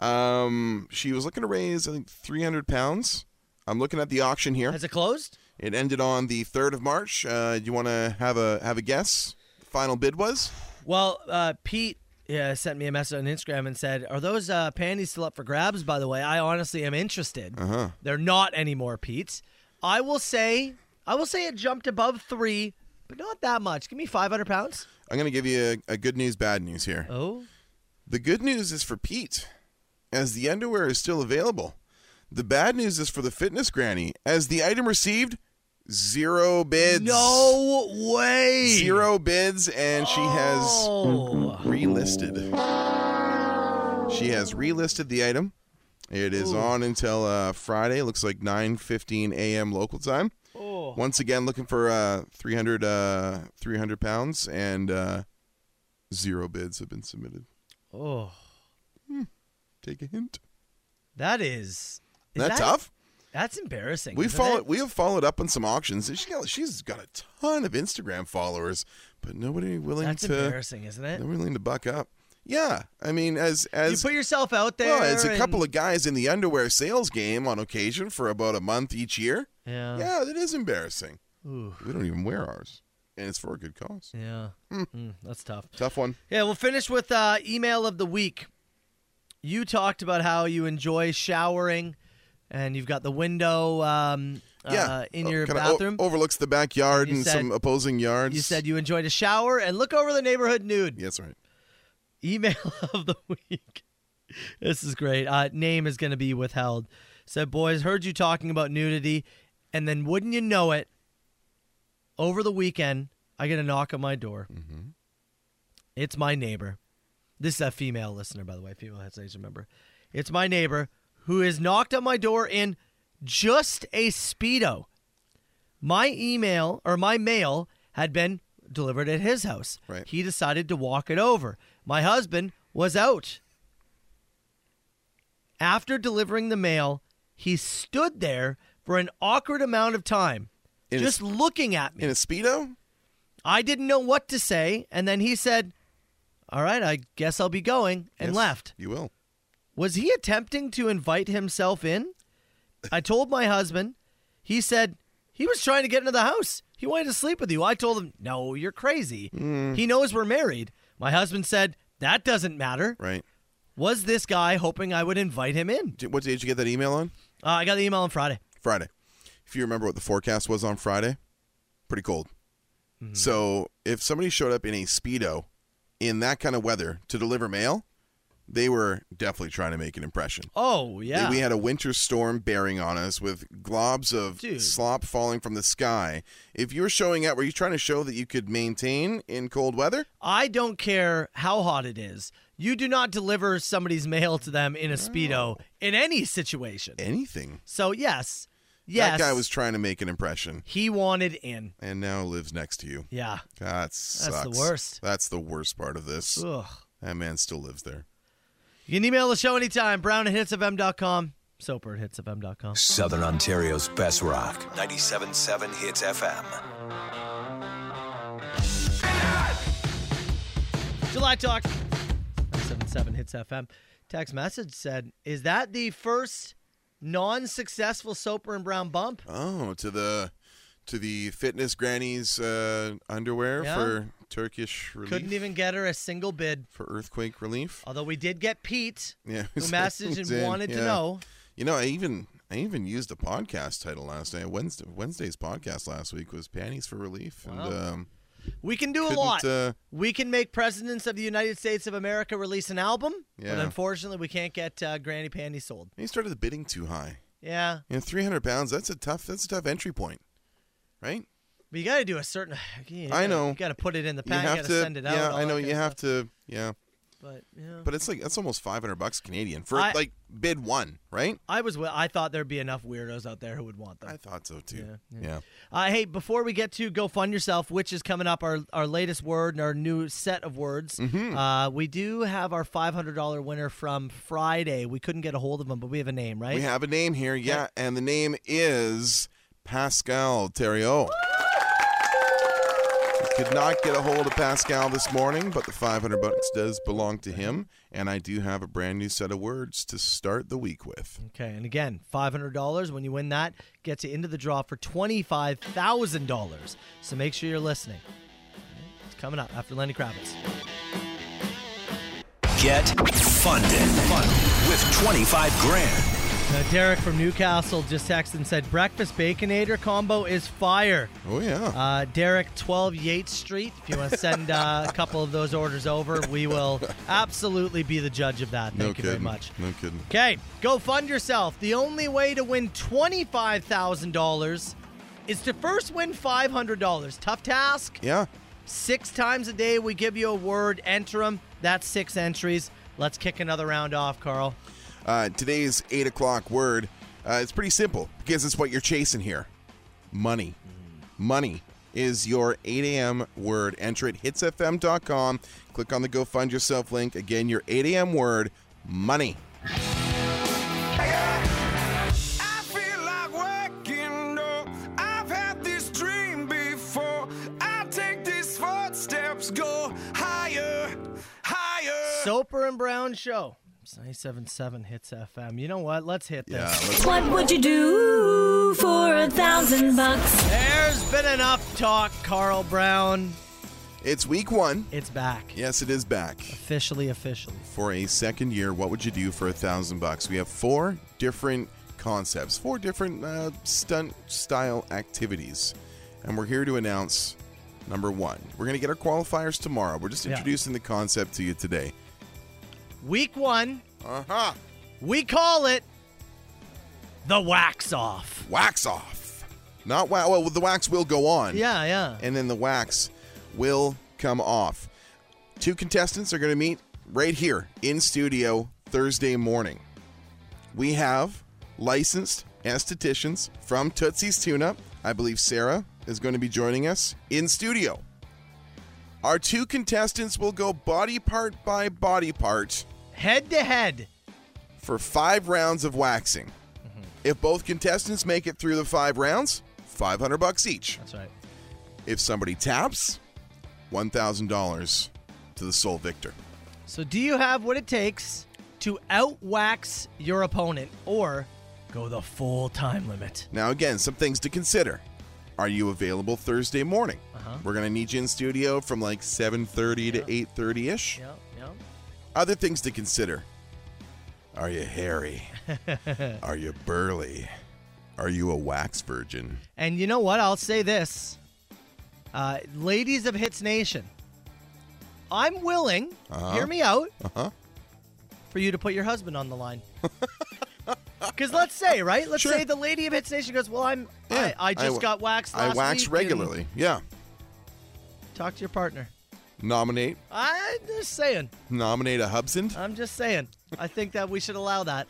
S7: um, she was looking to raise i think 300 pounds i'm looking at the auction here
S6: Has it closed?
S7: it ended on the third of March. Uh, do you want to have a have a guess? Final bid was
S6: Well, uh, Pete yeah, sent me a message on Instagram and said, "Are those uh, panties still up for grabs?" By the way, I honestly am interested.
S7: Uh huh.
S6: They're not anymore, Pete. I will say, I will say it jumped above three, but not that much. Give me five hundred pounds.
S7: I'm going to give you a, a good news, bad news here.
S6: Oh.
S7: The good news is for Pete, as the underwear is still available. The bad news is for the fitness granny, as the item received zero bids.
S6: No way.
S7: Zero bids, and she
S6: Oh.
S7: has relisted. She has relisted the item. It is on until uh, Friday. Looks like 9:15 a.m. local time.
S6: Oh.
S7: Once again, looking for uh, 300 uh, 300 pounds, and uh, zero bids have been submitted.
S6: Oh,
S7: Take a hint.
S6: that is. is
S7: That tough?
S6: That's embarrassing.
S7: We
S6: isn't
S7: followed.
S6: it?
S7: We have followed up on some auctions. and She got, she's got a ton of Instagram followers, but nobody willing
S6: That's
S7: to.
S6: embarrassing, isn't it?
S7: Nobody willing to buck up. Yeah, I mean, as
S6: Eh. you
S7: as
S6: put yourself out there.
S7: well, as a couple
S6: and-
S7: of guys in the underwear sales game on occasion for about a month each year.
S6: Yeah.
S7: Yeah, that is embarrassing.
S6: Ooh.
S7: We don't even wear ours, and it's for a good cause.
S6: Yeah.
S7: Hmm.
S6: Mm, that's tough.
S7: Tough one.
S6: Yeah, we'll finish with uh, email of the week. You talked about how you enjoy showering, and you've got the window um,
S7: yeah,
S6: uh, in
S7: Oh,
S6: your
S7: kinda o-
S6: bathroom.
S7: overlooks the backyard
S6: You
S7: and
S6: said-
S7: some opposing yards.
S6: you said you enjoyed a shower and look over the neighborhood nude.
S7: yes, right.
S6: Email [LAUGHS] of the week. [LAUGHS] This is great. Uh, name is going to be withheld. Said, boys, heard you talking about nudity, and then wouldn't you know it, over the weekend, I get a knock on my door. It's my neighbor. This is a female listener, by the way, female hesitation member. It's my neighbor who has knocked on my door in just a Speedo. My email or my mail had been delivered at his house.
S7: Right.
S6: He decided to walk it over. My husband was out. After delivering the mail, he stood there for an awkward amount of time,
S7: In a
S6: just
S7: sp-
S6: looking at me.
S7: In a speedo.
S6: I didn't know what to say, and then he said, "All right, I guess I'll be going," and
S7: Yes,
S6: left.
S7: You will.
S6: Was he attempting to invite himself in? I told my husband. He said he was trying to get into the house. He wanted to sleep with you. I told him, "No, you're crazy."
S7: Hmm.
S6: He knows we're married. My husband said, "That doesn't matter."
S7: Right.
S6: Was this guy hoping I would invite him in?
S7: Did- What did you get that email on?
S6: Uh, I got the email on Friday.
S7: Friday. If you remember what the forecast was on Friday, pretty cold.
S6: Mm-hmm.
S7: So if somebody showed up in a speedo in that kind of weather to deliver mail, they were definitely trying to make an impression.
S6: Oh yeah,
S7: We had a winter storm bearing on us with globs of
S6: Dude.
S7: slop falling from the sky. If you were showing up, were you trying to show that you could maintain in cold weather?
S6: I don't care how hot it is. You do not deliver somebody's mail to them in a speedo in any situation.
S7: Anything.
S6: So yes, yes,
S7: That guy was trying to make an impression
S6: he wanted in.
S7: and now lives next to you.
S6: Yeah.
S7: God, sucks.
S6: the worst.
S7: That's the worst part of this.
S6: Ugh.
S7: That man still lives there.
S6: You can email the show anytime. Brown at hitsfm.com. Soper at hitsfm.com.
S5: Southern Ontario's best rock. 97.7 Hits FM.
S6: July Talk. 977 Hits FM. Text message said, "Is that the first non-successful Soper and Brown bump?"
S7: Oh, to the to the fitness granny's uh, underwear
S6: Yeah.
S7: for Turkish relief
S6: Couldn't even get her a single bid.
S7: for earthquake relief.
S6: Although we did get Pete,
S7: Yeah, [LAUGHS]
S6: who messaged
S7: it's
S6: and
S7: in,
S6: wanted to
S7: yeah.
S6: know.
S7: You know, I even I even used a podcast title last night. Wednesday Wednesday's podcast last week was "Panties for Relief," and
S6: Wow.
S7: um,
S6: We can do a
S7: Couldn't,
S6: lot.
S7: uh,
S6: we can make presidents of the United States of America release an album, but
S7: Yeah.
S6: unfortunately, we can't get uh, Granny Panties sold.
S7: he started the bidding too high.
S6: Yeah,
S7: You know, three hundred pounds. That's a tough. That's a tough entry point, right?
S6: but you got to do a certain. [SIGHS] You
S7: I
S6: gotta-
S7: know.
S6: You got to put it in the
S7: You
S6: pack. You,
S7: have
S6: got
S7: to.
S6: to send it out.
S7: yeah,
S6: all
S7: I
S6: that
S7: know.
S6: kind
S7: You
S6: of
S7: have
S6: stuff.
S7: to. Yeah,
S6: But yeah,
S7: but it's like that's almost five hundred bucks Canadian for
S6: I-
S7: like bid one, right?
S6: I was. wi- I thought there'd be enough weirdos out there who would want
S7: I
S6: them.
S7: thought so too.
S6: Yeah,
S7: yeah.
S6: Uh, hey, before we get to go fund yourself, which is coming up, our our latest word and our new set of words.
S7: Mm-hmm.
S6: Uh, we do have our five hundred dollar winner from Friday. We couldn't get a hold of him, but we have a name, right?
S7: We have a name here, yeah, and the name is Pascal Thériault. We Could not get a hold of Pascal this morning, but the 500 bucks does belong to him, and I do have a brand new set of words to start the week with.
S6: Okay, and again, five hundred dollars when you win that gets you into the draw for twenty five thousand dollars. So make sure you're listening. It's coming up after Lenny Kravitz.
S5: Get funded, with 25 grand.
S6: Now, Derek from Newcastle just texted and said, Breakfast Baconator combo is fire.
S7: Oh, yeah.
S6: Uh, Derek, 12 Yates Street. If you want to send uh, a couple of those orders over, we will absolutely be the judge of that. Thank
S7: no
S6: you
S7: kidding.
S6: very much.
S7: No kidding.
S6: Okay, go fund yourself. The only way to win $25,000 is to first win $500. Tough task.
S7: Yeah.
S6: Six times a day, we give you a word, enter them. That's six entries. Let's kick another round off, Carl.
S7: Uh, today's eight o'clock word. Uh, it's pretty simple because it's what you're chasing here. Money. Money is your 8 a.m. word. Enter it hitsfm.com. Click on the Go Fund Yourself link. Again, your 8 a.m. word, money.
S2: I've had this dream before. I take these footsteps, go higher, higher.
S6: Soper and Brown Show. It's 97.7 Hits FM. You know what? Let's hit this.
S10: What would you do for a thousand bucks?
S6: There's been enough talk, Carl Brown.
S7: It's week one.
S6: It's back.
S7: Yes, it is back.
S6: Officially, officially.
S7: For a second year, what would you do for a thousand bucks? We have four different concepts, four different uh, stunt style activities. And we're here to announce number one. We're going to get our qualifiers tomorrow. We're just
S6: Yeah.
S7: introducing the concept to you today.
S6: Week one.
S7: Uh huh.
S6: We call it the wax off.
S7: Wax off. Not wax. Well, the wax will go on.
S6: Yeah, yeah.
S7: And then the wax will come off. Two contestants are going to meet right here in studio Thursday morning. We have licensed estheticians from Tootsie's Tune Up. I believe Sarah is going to be joining us in studio. Our two contestants will go body part by body part,
S6: head to head,
S7: for five rounds of waxing. If both contestants make it through the five rounds, 500 bucks each.
S6: That's right.
S7: If somebody taps, $1,000 to the sole victor.
S6: So, do you have what it takes to outwax your opponent or go the full time limit?
S7: Now, again, some things to consider. Are you available Thursday morning?
S6: Uh-huh.
S7: We're gonna need you in studio from like 7:30 to 8:30 ish.
S6: Yeah,
S7: Other things to consider: Are you
S6: [LAUGHS]
S7: hairy?
S6: yeah.
S7: Are you burly? Are you a wax virgin?
S6: and you know what? I'll say this. Uh, ladies of Hits Nation, I'm willing,
S7: Uh-huh.
S6: hear me out,
S7: Uh huh.
S6: for you to put your husband on the line. [LAUGHS] Because let's say, right? Let's say the lady of Hits Nation goes, Well, I'm, I, I just got waxed last
S7: I wax
S6: week and-
S7: regularly. Yeah.
S6: Talk to your partner.
S7: Nominate.
S6: I'm just saying.
S7: Nominate a Hubson.
S6: I'm just saying. I think that we should allow that.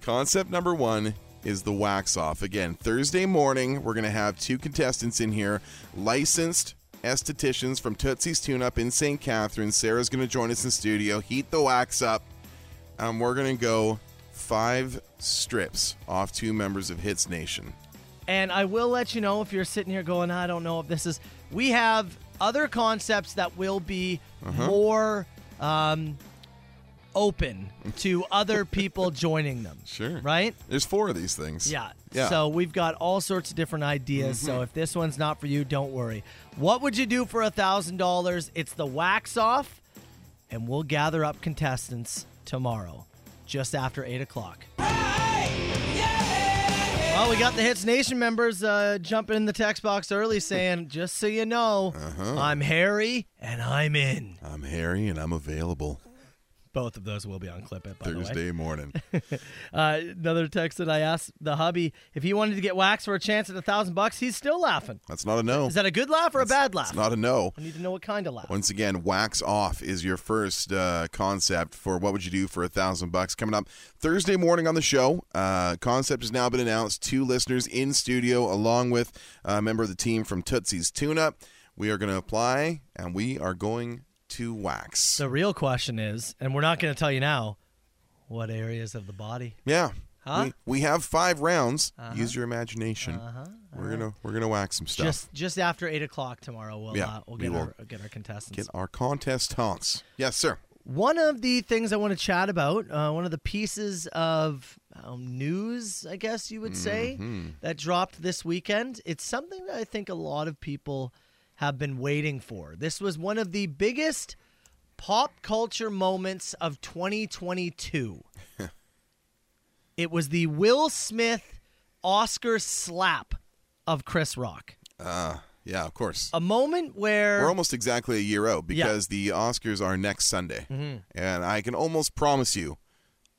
S7: Concept number one is the wax off. Again, Thursday morning, we're going to have two contestants in here, licensed estheticians from Tootsie's Tune Up in St. Catharines. Sarah's going to join us in studio, heat the wax up, and we're going to go five strips off two members of Hits Nation.
S6: And I will let you know if you're sitting here going, I don't know if this is. We have other concepts that will be
S7: Uh-huh.
S6: more um, open to other people joining them.
S7: Sure.
S6: Right?
S7: There's four of these things.
S6: Yeah.
S7: Yeah.
S6: So we've got all sorts of different ideas. So if this one's not for you, don't worry. What would you do for a thousand dollars? It's the wax off, and we'll gather up contestants tomorrow, just after eight o'clock. Well, we got the Hits Nation members uh, jumping in the text box early, saying, "Just so you know, I'm Harry and I'm in."
S7: I'm Harry and I'm available
S6: Both of those will be on Clip It by the way. [LAUGHS]
S7: Thursday morning.
S6: Uh, another text that I asked the hubby if he wanted to get waxed for a chance at a thousand bucks. He's still laughing.
S7: That's not a no.
S6: Is that a good laugh or a bad laugh?
S7: It's not a no.
S6: I need to know what kind of laugh.
S7: Once again, wax off is your first uh, concept for what would you do for a thousand bucks coming up Thursday morning on the show. Uh, concept has now been announced. Two listeners in studio, along with a member of the team from Tootsie's Tune Up. We are going to apply, and we are going to wax.
S6: The real question is, and we're not going to tell you now, what areas of the body?
S7: Yeah.
S6: Huh? Uh-huh.
S7: We, we have five rounds. Use your imagination. We're gonna we're gonna wax some stuff.
S6: Just just after eight o'clock tomorrow, we'll
S7: Yeah,
S6: uh, we'll
S7: we
S6: get
S7: will.
S6: our get our contestants.
S7: Get our contest taunts. Yes, sir.
S6: One of the things I want to chat about, uh, one of the pieces of um, news, I guess you would say,
S7: Mm-hmm.
S2: Mhm.
S6: that dropped this weekend. It's something that I think a lot of people have been waiting for. This was one of the biggest pop culture moments of
S7: [LAUGHS]
S6: 2022. it was the Will Smith Oscar slap of Chris Rock.
S7: Uh, yeah, of course.
S6: A moment where
S7: We're almost exactly a year out
S6: Yeah.
S7: because the Oscars are next Sunday.
S6: Mhm.
S7: And I can almost promise you,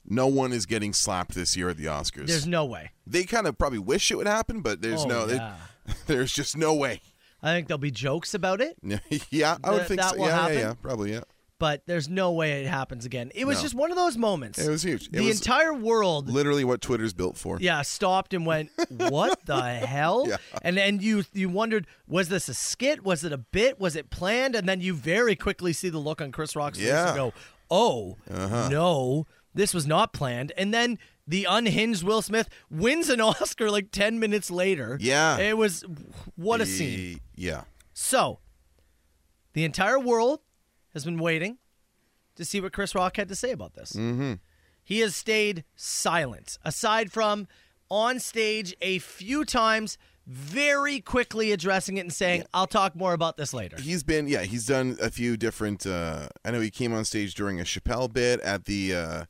S7: no one is getting slapped this year at the Oscars.
S6: there's no way.
S7: they kind of probably wish it would happen, but there's
S6: Oh,
S7: no, there-
S6: yeah.
S7: [LAUGHS] there's just no way. [LAUGHS]
S6: I think there'll be jokes about it,
S7: yeah, I would
S6: That-
S7: think
S6: that
S7: so.
S6: will
S7: yeah,
S6: happen?
S7: yeah, yeah, probably, yeah.
S6: but there's no way it happens again. It was
S7: No.
S6: just one of those moments.
S7: It was huge. It
S6: the
S7: was
S6: entire world
S7: literally what Twitter's built for.
S6: Yeah, stopped and
S7: [LAUGHS]
S6: went, "What the hell?"
S7: Yeah.
S6: And then you you wondered, was this a skit? Was it a bit? Was it planned? And then you very quickly see the look on Chris Rock's face
S7: Yeah.
S6: and go, "Oh
S7: Uh-huh.
S6: no, this was not planned." And then the unhinged Will Smith wins an [LAUGHS] Oscar like ten minutes later.
S7: Yeah.
S6: it was what a scene.
S7: E- Yeah.
S6: So, the entire world has been waiting to see what Chris Rock had to say about this.
S7: Mm-hmm.
S6: He has stayed silent, aside from on stage a few times, very quickly addressing it and saying, I'll talk more about this later.
S7: He's been, yeah, he's done a few different. Uh, I know he came on stage during a Chappelle bit at the, uh,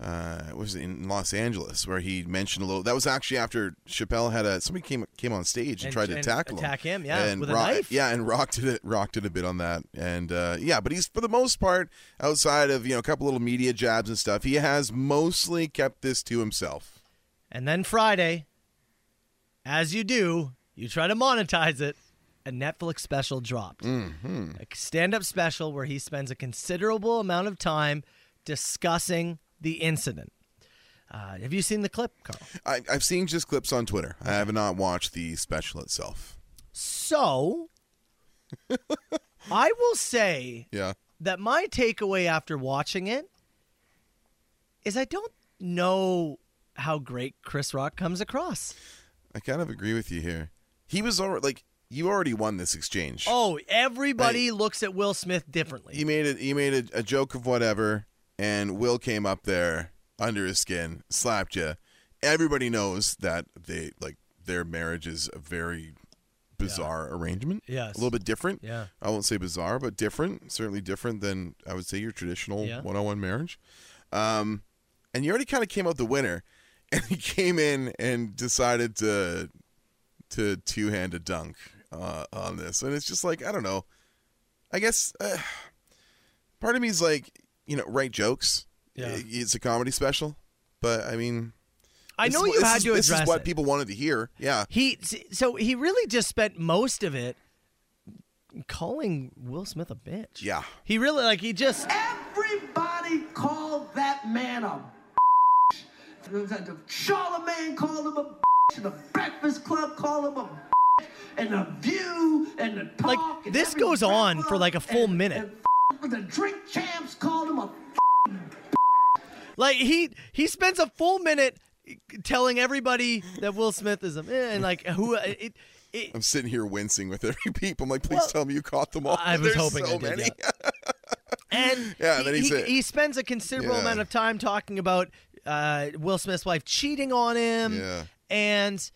S7: uh, what was it in Los Angeles where he mentioned a little. That was actually after Chappelle had a somebody came came on stage and,
S6: And-
S7: tried to
S6: and
S7: tackle
S6: attack
S7: him.
S6: him, yeah,
S7: and
S6: with a
S7: Rock-
S6: knife.
S7: Yeah, and Rock did it. Rock did a bit on that, and uh, yeah, but he's for the most part outside of you know a couple little media jabs and stuff. He has mostly kept this to himself.
S6: And then Friday, as you do, you try to monetize it. A Netflix special dropped.
S7: Mm-hmm.
S6: A stand up special where he spends a considerable amount of time discussing the incident. Uh, have you seen the clip, Carl?
S7: I, I've seen just clips on Twitter. I have not watched the special itself.
S6: So, I will say
S7: Yeah.
S6: that my takeaway after watching it is I don't know how great Chris Rock comes across.
S7: I kind of agree with you here. He was already like you already won this exchange.
S6: Oh, everybody looks at Will Smith differently.
S7: You made it. You made a, a joke of whatever, and Will came up there under his skin, slapped you. Everybody knows that they like their marriage is a very bizarre arrangement.
S6: Yes.
S7: a little bit different.
S6: Yeah.
S7: I won't say bizarre, but different. Certainly different than I would say your traditional
S6: Yeah.
S7: one-on-one marriage. Um, and you already kind of came out the winner, [LAUGHS] and he came in and decided to to two-hand a dunk uh, on this, and it's just like I don't know. I guess uh, part of me is like, you know, write jokes.
S6: Yeah.
S7: I- It's a comedy special, but I mean,
S6: I
S7: this
S6: know
S7: is,
S6: you
S7: this
S6: had
S7: is-
S6: to
S7: This
S6: address
S7: is what
S6: it.
S7: people wanted to hear. Yeah,
S6: He so he really just spent most of it calling Will Smith a bitch.
S7: yeah.
S6: He really like he just
S14: Everybody called that man a bitch. Charlemagne called him a bitch, and the Breakfast Club called him a bitch, and the View and the Talk. and
S6: this
S14: every
S6: goes on
S14: rapper
S6: for like a full
S14: and-
S6: minute.
S14: and the Drink Champs called him a
S6: Like he he spends a full minute telling everybody that Will Smith is a eh, and like who it, it
S7: I'm sitting here wincing with every [LAUGHS] peep. I'm like, please tell me you caught them all. [LAUGHS]
S6: I was
S7: There's
S6: hoping
S7: so
S6: I did,
S7: many.
S6: yeah.
S7: [LAUGHS]
S6: and
S7: Yeah,
S6: he,
S7: then he
S6: he,
S7: said-
S6: he spends a considerable
S7: Yeah.
S6: amount of time talking about uh, Will Smith's wife cheating on him
S7: Yeah.
S6: and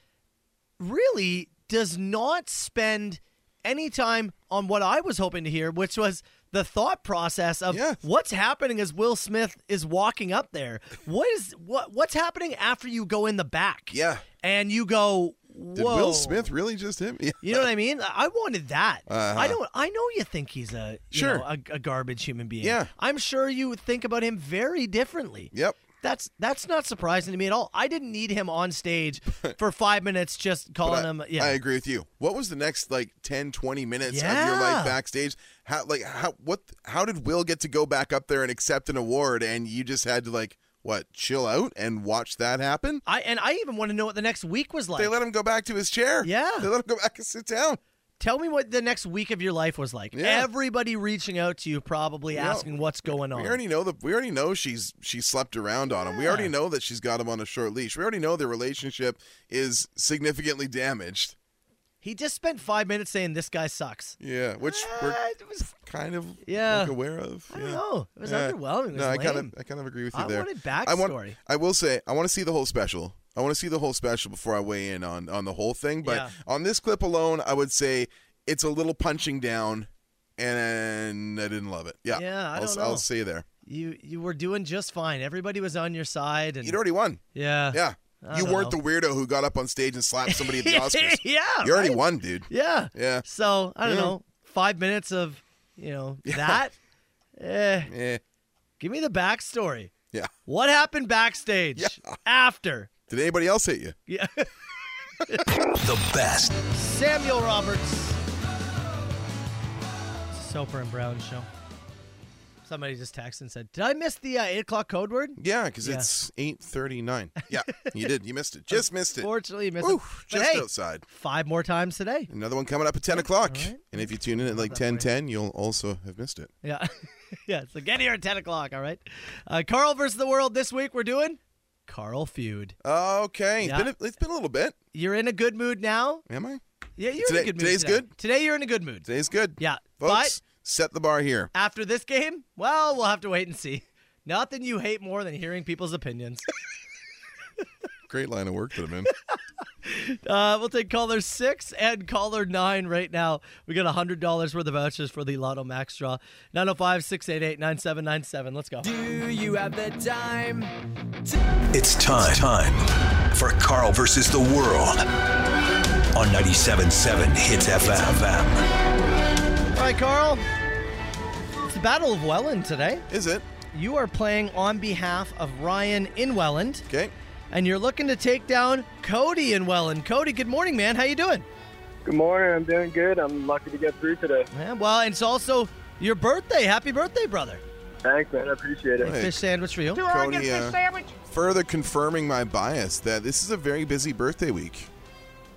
S6: really does not spend any time on what I was hoping to hear, which was the thought process of what's happening as Will Smith is walking up there. What is what what's happening after you go in the back?
S7: Yeah.
S6: And you go, Whoa.
S7: Did Will Smith really just him? [LAUGHS] Yeah.
S6: You know what I mean? I wanted that.
S7: Uh-huh.
S6: I don't. I know you think he's a you
S7: Sure.
S6: know, a, a garbage human being.
S7: Yeah.
S6: I'm sure you think about him very differently.
S7: Yep.
S6: That's that's not surprising to me at all. I didn't need him on
S7: [LAUGHS]
S6: stage for five minutes just
S7: But
S6: calling
S7: I,
S6: him. Yeah.
S7: I agree with you. What was the next like 10, 20 minutes of your
S6: Yeah.
S7: life backstage? How like how what how did Will get to go back up there and accept an award and you just had to like what chill out and watch that happen?
S6: I and I even want to know what the next week was like.
S7: They let him go back to his chair.
S6: Yeah.
S7: They let him go back and sit down.
S6: Tell me what the next week of your life was like.
S7: Yeah.
S6: Everybody reaching out to you, probably
S7: Yeah.
S6: asking what's going on.
S7: We already know that we already know she's she slept around on him. We already know that she's got him on a short leash. We already know their relationship is significantly damaged.
S6: he just spent five minutes saying this guy sucks.
S7: Yeah, which we're
S6: Uh, it was-
S7: kind of
S6: Yeah.
S7: like, aware of.
S6: I don't know. It was underwhelming. It was
S7: Eh, no, I kind
S6: lame.
S7: of I kind of agree with you
S6: I
S7: there.
S6: wanted
S7: I want-
S6: backstory.
S7: I will say I want to see the whole special. I want to see the whole special before I weigh in on on the whole thing. But
S6: Yeah.
S7: on this clip alone, I would say it's a little punching down, and I didn't love it. Yeah,
S6: Yeah, I
S7: will
S6: don't know.
S7: I'll see you there.
S6: You you were doing just fine. Everybody was on your side, and
S7: You'd already
S6: [LAUGHS]
S7: won.
S6: Yeah.
S7: Yeah.
S6: I
S7: You
S6: don't
S7: weren't
S6: know.
S7: the weirdo who got up on stage and slapped somebody at the Oscars.
S6: [LAUGHS] Yeah,
S7: You already
S6: right?
S7: won, dude.
S6: Yeah.
S7: Yeah.
S6: So I don't
S7: Yeah.
S6: know. Five minutes of you know
S7: [LAUGHS] Yeah.
S6: that. Eh.
S7: Eh.
S6: Give me the backstory.
S7: Yeah.
S6: What happened backstage
S7: [LAUGHS]
S6: after?
S7: Did anybody else hit you?
S6: Yeah.
S5: [LAUGHS] The best.
S6: Samuel Roberts. Soper and Brown show. Somebody just texted and said, "Did I miss the uh, eight o'clock code word?"
S7: Yeah, because
S6: Yeah.
S7: it's eight thirty nine. Yeah,
S6: [LAUGHS]
S7: you did. You missed it. Just missed it.
S6: Fortunately, you missed it.
S7: Oof,
S6: But
S7: just
S6: hey,
S7: outside.
S6: Five more times today.
S7: Another one coming
S6: Oh,
S7: up at ten o'clock. And if you tune in at like ten ten, you'll also have missed it.
S6: Yeah. [LAUGHS] yeah. So get here at 10 o'clock. All right. Uh, Carl versus the world this week. We're doing Carl feud.
S7: Okay.
S6: Yeah.
S7: It's, been a, it's been a little bit.
S6: You're in a good mood now.
S7: Am I?
S6: Yeah, you're in
S7: Today-
S6: a good mood.
S7: today's
S6: today.
S7: good?
S6: Today you're in a good mood.
S7: Today's good.
S6: Yeah.
S7: Folks, set the bar here.
S6: But after this game, well, we'll have to wait and see. Nothing you hate more than hearing people's opinions. [LAUGHS]
S7: Great line of work that I'm in.
S6: Uh, we'll take caller six and caller nine right now. We got $100 worth of vouchers for the Lotto Max draw. 905 688 9797. Let's go. Do you have the time?
S5: It's time, time for Carl versus the world on 97.7 Hits FM.
S6: All right, Carl. It's the Battle of Welland today.
S7: Is it?
S6: You are playing on behalf of Ryan in Welland.
S7: Okay.
S6: And you're looking to take down Cody in Welland. Cody, good morning, man. How you doing?
S15: Good morning. I'm doing good. I'm lucky to get through today.
S6: Yeah, well, and it's also your birthday. Happy birthday, brother.
S15: Thanks, man. I appreciate it.
S7: Hey,
S6: Fish sandwich for you.
S7: Cody, uh, further confirming my bias that this is a very busy birthday week.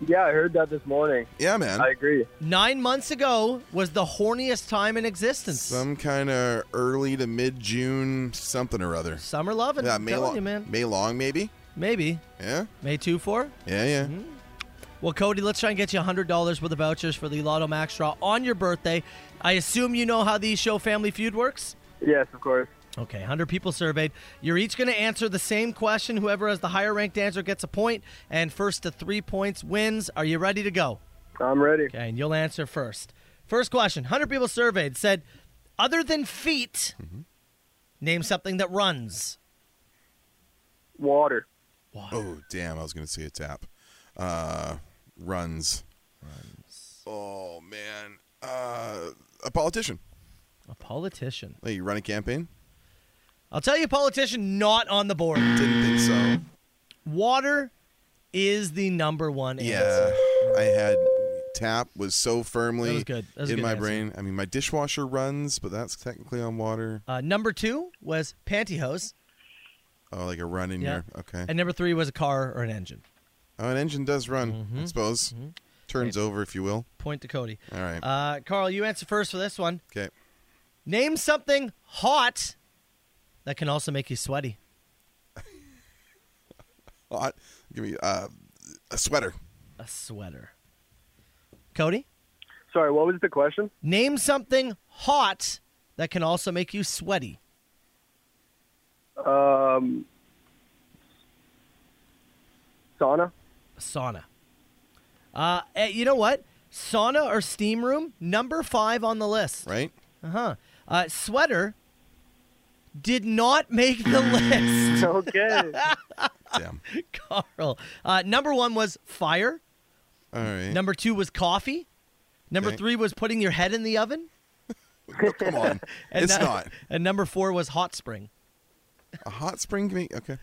S15: Yeah, I heard that this morning.
S7: Yeah, man.
S15: I agree.
S6: Nine months ago was the horniest time in existence.
S7: Some kind of early to mid June something or other.
S6: Summer loving.
S7: Yeah,
S6: I'm
S7: May
S6: telling
S7: long,
S6: you, man.
S7: May long maybe.
S6: Maybe.
S7: Yeah,
S6: May 2 4.
S7: yeah, yeah.
S6: Well, Cody, let's try and get you $100 worth of vouchers for the Lotto Max draw on your birthday. I assume you know how the show Family Feud works?
S15: Yes, of course.
S6: Okay, 100 people surveyed. You're each going to answer the same question. Whoever has the higher ranked answer gets a point, and first to three points wins. Are you ready to go?
S15: I'm ready.
S6: Okay, and you'll answer first. First question 100 people surveyed said, other than feet,
S15: Mm-hmm.
S6: name something that runs.
S15: Water.
S7: Oh damn, I was gonna say a tap. Uh, runs. Runs. Oh man, uh, a politician.
S6: A politician.
S7: Like you run a campaign?
S6: I'll tell you, politician not on the board.
S7: Didn't think so.
S6: Water is the number one answer.
S7: Yeah, I had tap was so firmly
S6: That was good. That was a
S7: in
S6: good
S7: my
S6: answer.
S7: brain. I mean, my dishwasher runs, but that's technically on water.
S6: Uh, number two was pantyhose.
S7: Oh, like a run in
S6: Yeah.
S7: your okay.
S6: And number three was a car or an engine.
S7: Oh, an engine does run,
S6: Mm-hmm.
S7: I suppose. Turns over, if you will.
S6: Point to Cody.
S7: All right.
S6: Uh, Carl, you answer first for this one.
S7: okay.
S6: Name something hot that can also make you sweaty.
S7: Hot. Give me uh, a sweater.
S6: A sweater. Cody,
S15: Sorry, what was the question?
S6: name something hot that can also make you sweaty.
S15: Um, sauna.
S6: Sauna. Uh, eh, you know what? Sauna or steam room, number five on the list.
S7: Right.
S6: Uh-huh. Uh, sweater did not make the list.
S15: [LAUGHS] Okay.
S7: Damn.
S6: [LAUGHS] Carl. Uh, number one was fire.
S7: All right.
S6: [LAUGHS] Number two was coffee. Number
S7: Okay.
S6: three was putting your head in the oven.
S7: Come on.
S6: [LAUGHS] And
S7: it's
S6: nu-
S7: not.
S6: And number four was hot spring.
S7: A hot spring can make okay.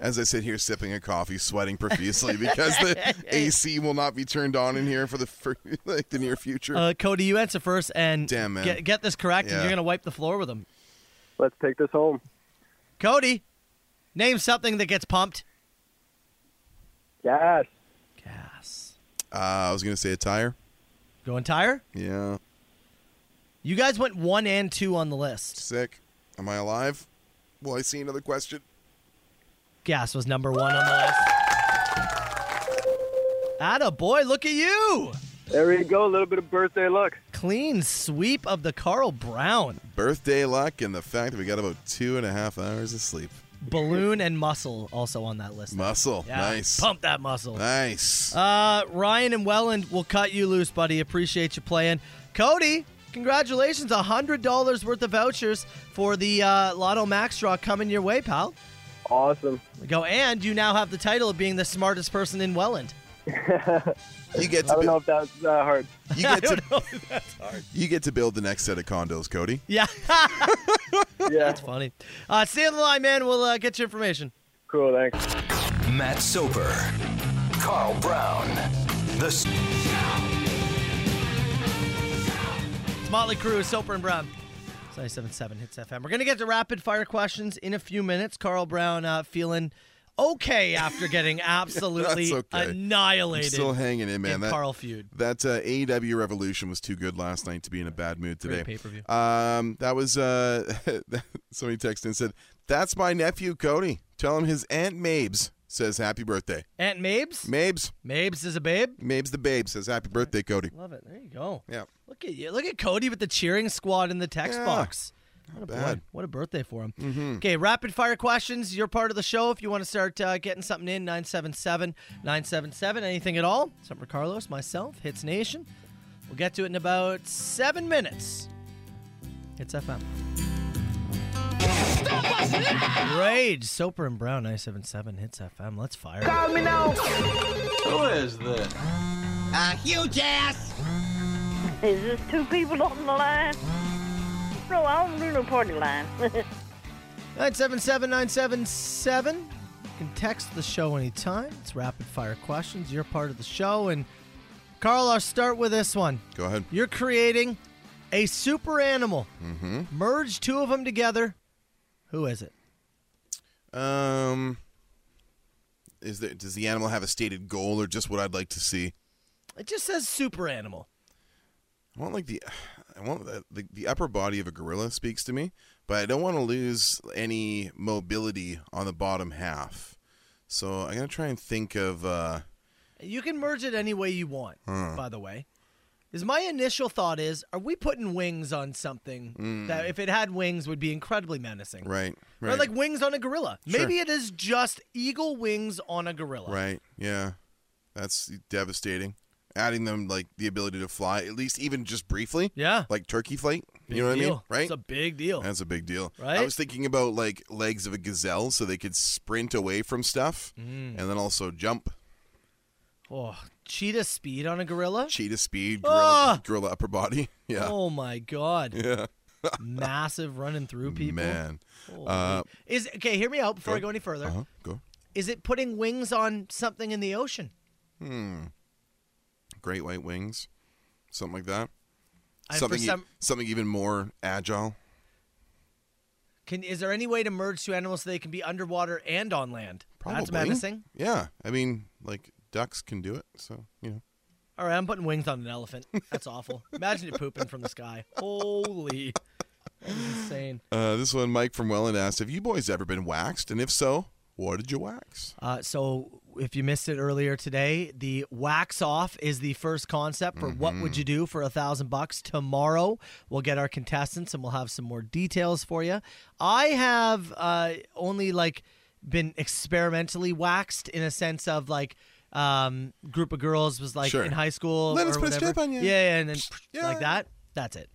S7: As I sit here sipping a coffee, sweating profusely because
S6: [LAUGHS]
S7: the AC will not be turned on in here for the for, [LAUGHS] like the near future.
S6: Uh, Cody, you answer first and
S7: Damn, man.
S6: Get, get this correct, and
S7: Yeah.
S6: you're going to wipe the floor with them.
S15: Let's take this home.
S6: Cody, name something that gets pumped.
S15: Yes.
S6: Gas.
S7: Uh, I was gonna say a tire.
S6: Going tire?
S7: Yeah.
S6: You guys went one and two on the list.
S7: Sick. Am I alive? Will I see another question?
S6: Gas was number one on the list. Atta boy, look at you!
S15: There you go. A little bit of birthday luck.
S6: Clean sweep of the Carl Brown
S7: Birthday luck and the fact that we got about two and a half hours of sleep.
S6: balloon and muscle also on that list.
S7: Muscle.
S6: Yeah,
S7: Nice.
S6: Pump that muscle.
S7: Nice.
S6: Uh, Ryan and Welland will cut you loose, buddy. Appreciate you playing. Cody, Congratulations, $100 worth of vouchers for the uh, Lotto Max draw coming your way, pal.
S15: Awesome.
S6: We go, and you now have the title of being the smartest person in Welland.
S7: you get
S15: I don't know if that's that uh, hard.
S6: [LAUGHS]
S7: You get to You get to build the next set of condos, Cody.
S6: Yeah. [LAUGHS] That's funny. Uh, stay on the line, man. We'll uh, get your information.
S15: Cool, thanks.
S5: Matt Soper, Carl Brown, the S-
S6: It's Motley Crue, Soper and Brown. It's 97.7 Hits FM. We're going to get to rapid fire questions in a few minutes. Carl Brown uh, feeling okay after
S7: [LAUGHS]
S6: getting absolutely
S7: That's okay. I'm
S6: annihilated.
S7: still hanging in, man.
S6: in
S7: that
S6: Carl feud.
S7: That uh, AEW Revolution was too good last night to be in a bad mood today.
S6: Great pay-per-view.
S7: Um, that was uh, [LAUGHS] somebody texted and said, "That's my nephew Cody. Tell him his aunt Mabes says happy birthday.
S6: Aunt Mabes?
S7: Mabes.
S6: Mabes is a babe.
S7: Mabes the babe says happy birthday, Cody.
S6: Love it. There you go.
S7: Yeah.
S6: Look at you. Look at Cody with the cheering squad in the text
S7: Yeah.
S6: box. What a
S7: bad. Mm-hmm.
S6: boy. What a birthday for him. Okay, rapid fire questions. You're part of the show. If you want to start uh, getting something in, 977 977, anything at all, something for Carlos, myself, Hits Nation. We'll get to it in about seven minutes. Hits FM. Rage, Soper and Brown, 977 Hits FM. Let's fire. it.
S2: Call me now.
S6: Who is this?
S2: A huge ass.
S16: Is this two people on the line? No, I don't do no party line. [LAUGHS]
S6: 977977. You can text the show anytime. It's rapid fire questions. You're part of the show. And Carl, I'll start with this one.
S7: Go ahead.
S6: You're creating a super animal.
S7: Mm-hmm.
S6: Merge two of them together. Who is it?
S7: Um, is there does the animal have a stated goal or just what I'd like to see?
S6: It just says super animal.
S7: I want like the I want the, the, the upper body of a gorilla speaks to me, but I don't want to lose any mobility on the bottom half. So I'm gonna try and think of uh,
S6: You can merge it any way you want,
S7: Hmm.
S6: by the way. Because my initial thought is are we putting wings on something
S7: Mm.
S6: that, if it had wings, would be incredibly menacing?
S7: right,
S6: Right.
S7: right,
S6: like wings on a gorilla.
S7: Sure.
S6: Maybe it is just eagle wings on a gorilla.
S7: right, yeah, that's devastating. Adding them like the ability to fly, at least even just briefly,
S6: yeah,
S7: like turkey flight.
S6: Big
S7: you know what I mean?
S6: deal.
S7: Right?
S6: It's a big deal.
S7: That's a big deal. I
S6: Right?
S7: was thinking about like legs of a gazelle, so they could sprint away from stuff,
S6: Mm.
S7: and then also jump.
S6: Oh, cheetah speed on a gorilla?
S7: Cheetah speed, gorilla,
S6: Ah!
S7: gorilla upper body. [LAUGHS] Yeah.
S6: Oh my god.
S7: [LAUGHS] Yeah.
S6: Massive running through people.
S7: Man.
S6: Holy.
S7: Uh,
S6: Is okay, hear me out before I
S7: Go.
S6: go any further.
S7: uh-huh. Go.
S6: Is it putting wings on something in the ocean?
S7: Hmm. Great white wings. Something like that.
S6: And for
S7: Something, e-
S6: some-
S7: something even more agile.
S6: Can is there any way to merge two animals so they can be underwater and on land?
S7: Probably.
S6: That's menacing.
S7: Yeah. I mean, like ducks can do it. So, you know.
S6: All right, I'm putting wings on an elephant. That's awful. Imagine it pooping from the sky. Holy. That is insane.
S7: Uh, this one, Mike from Welland asked Have you boys ever been waxed? And if so, what did you wax?
S6: Uh, so, if you missed it earlier today, the wax off is the first concept for what would you
S7: Mm-hmm.
S6: do for a thousand bucks tomorrow. We'll get our contestants and we'll have some more details for you. I have uh, only like been experimentally waxed in a sense of like um group of girls was like
S7: Sure.
S6: in high school
S7: Let us
S6: or
S7: put a
S6: whatever.
S7: strip on you.
S6: Yeah, yeah, and then like that. That's it.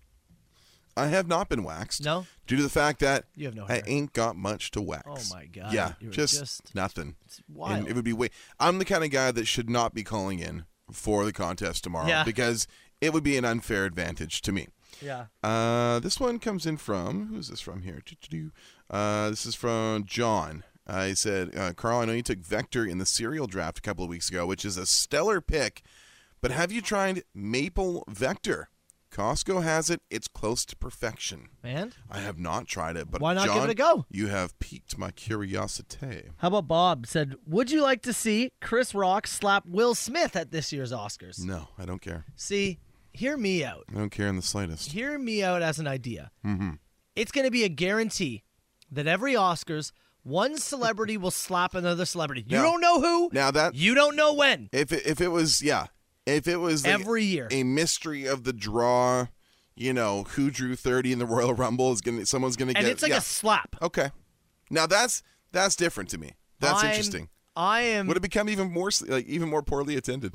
S7: I have not been waxed. No. Due to the fact that
S6: You have no
S7: I ain't got much to wax.
S6: Oh my God,
S7: Yeah.
S6: you are
S7: Just,
S6: just-
S7: nothing. It's
S6: wild.
S7: it would be way. I'm the kind of guy that should not be calling in for the contest tomorrow
S6: Yeah.
S7: because it would be an unfair advantage to me.
S6: Yeah.
S7: Uh, this one comes in from who's this from here? Doo-doo-doo. Uh, this is from John. I said, uh, Carl, I know you took Vector in the cereal draft a couple of weeks ago, which is a stellar pick, but have you tried Maple Vector? Costco has it. It's close to perfection.
S6: Man,
S7: I have not tried it, but
S6: Why not give
S7: John,
S6: it a go?
S7: You have piqued my curiosity.
S6: How about Bob said, "Would you like to see Chris Rock slap Will Smith at this year's Oscars?"
S7: No, I don't care.
S6: See, hear me out.
S7: I don't care in the slightest.
S6: Hear me out as an idea.
S7: Mm-hmm.
S6: It's going to be a guarantee that every Oscars, one celebrity will slap another celebrity. You
S7: Now-
S6: don't know who.
S7: Now that
S6: you don't know when.
S7: If it, if it was yeah, if it was like
S6: Every year.
S7: a mystery of the draw, you know who drew thirty in the Royal Rumble is gonna someone's gonna
S6: And
S7: get
S6: it's like
S7: yeah.
S6: a slap.
S7: Okay, now that's that's different to me. That's
S6: I'm-
S7: interesting.
S6: I am.
S7: Would it become even more s- like even more poorly attended?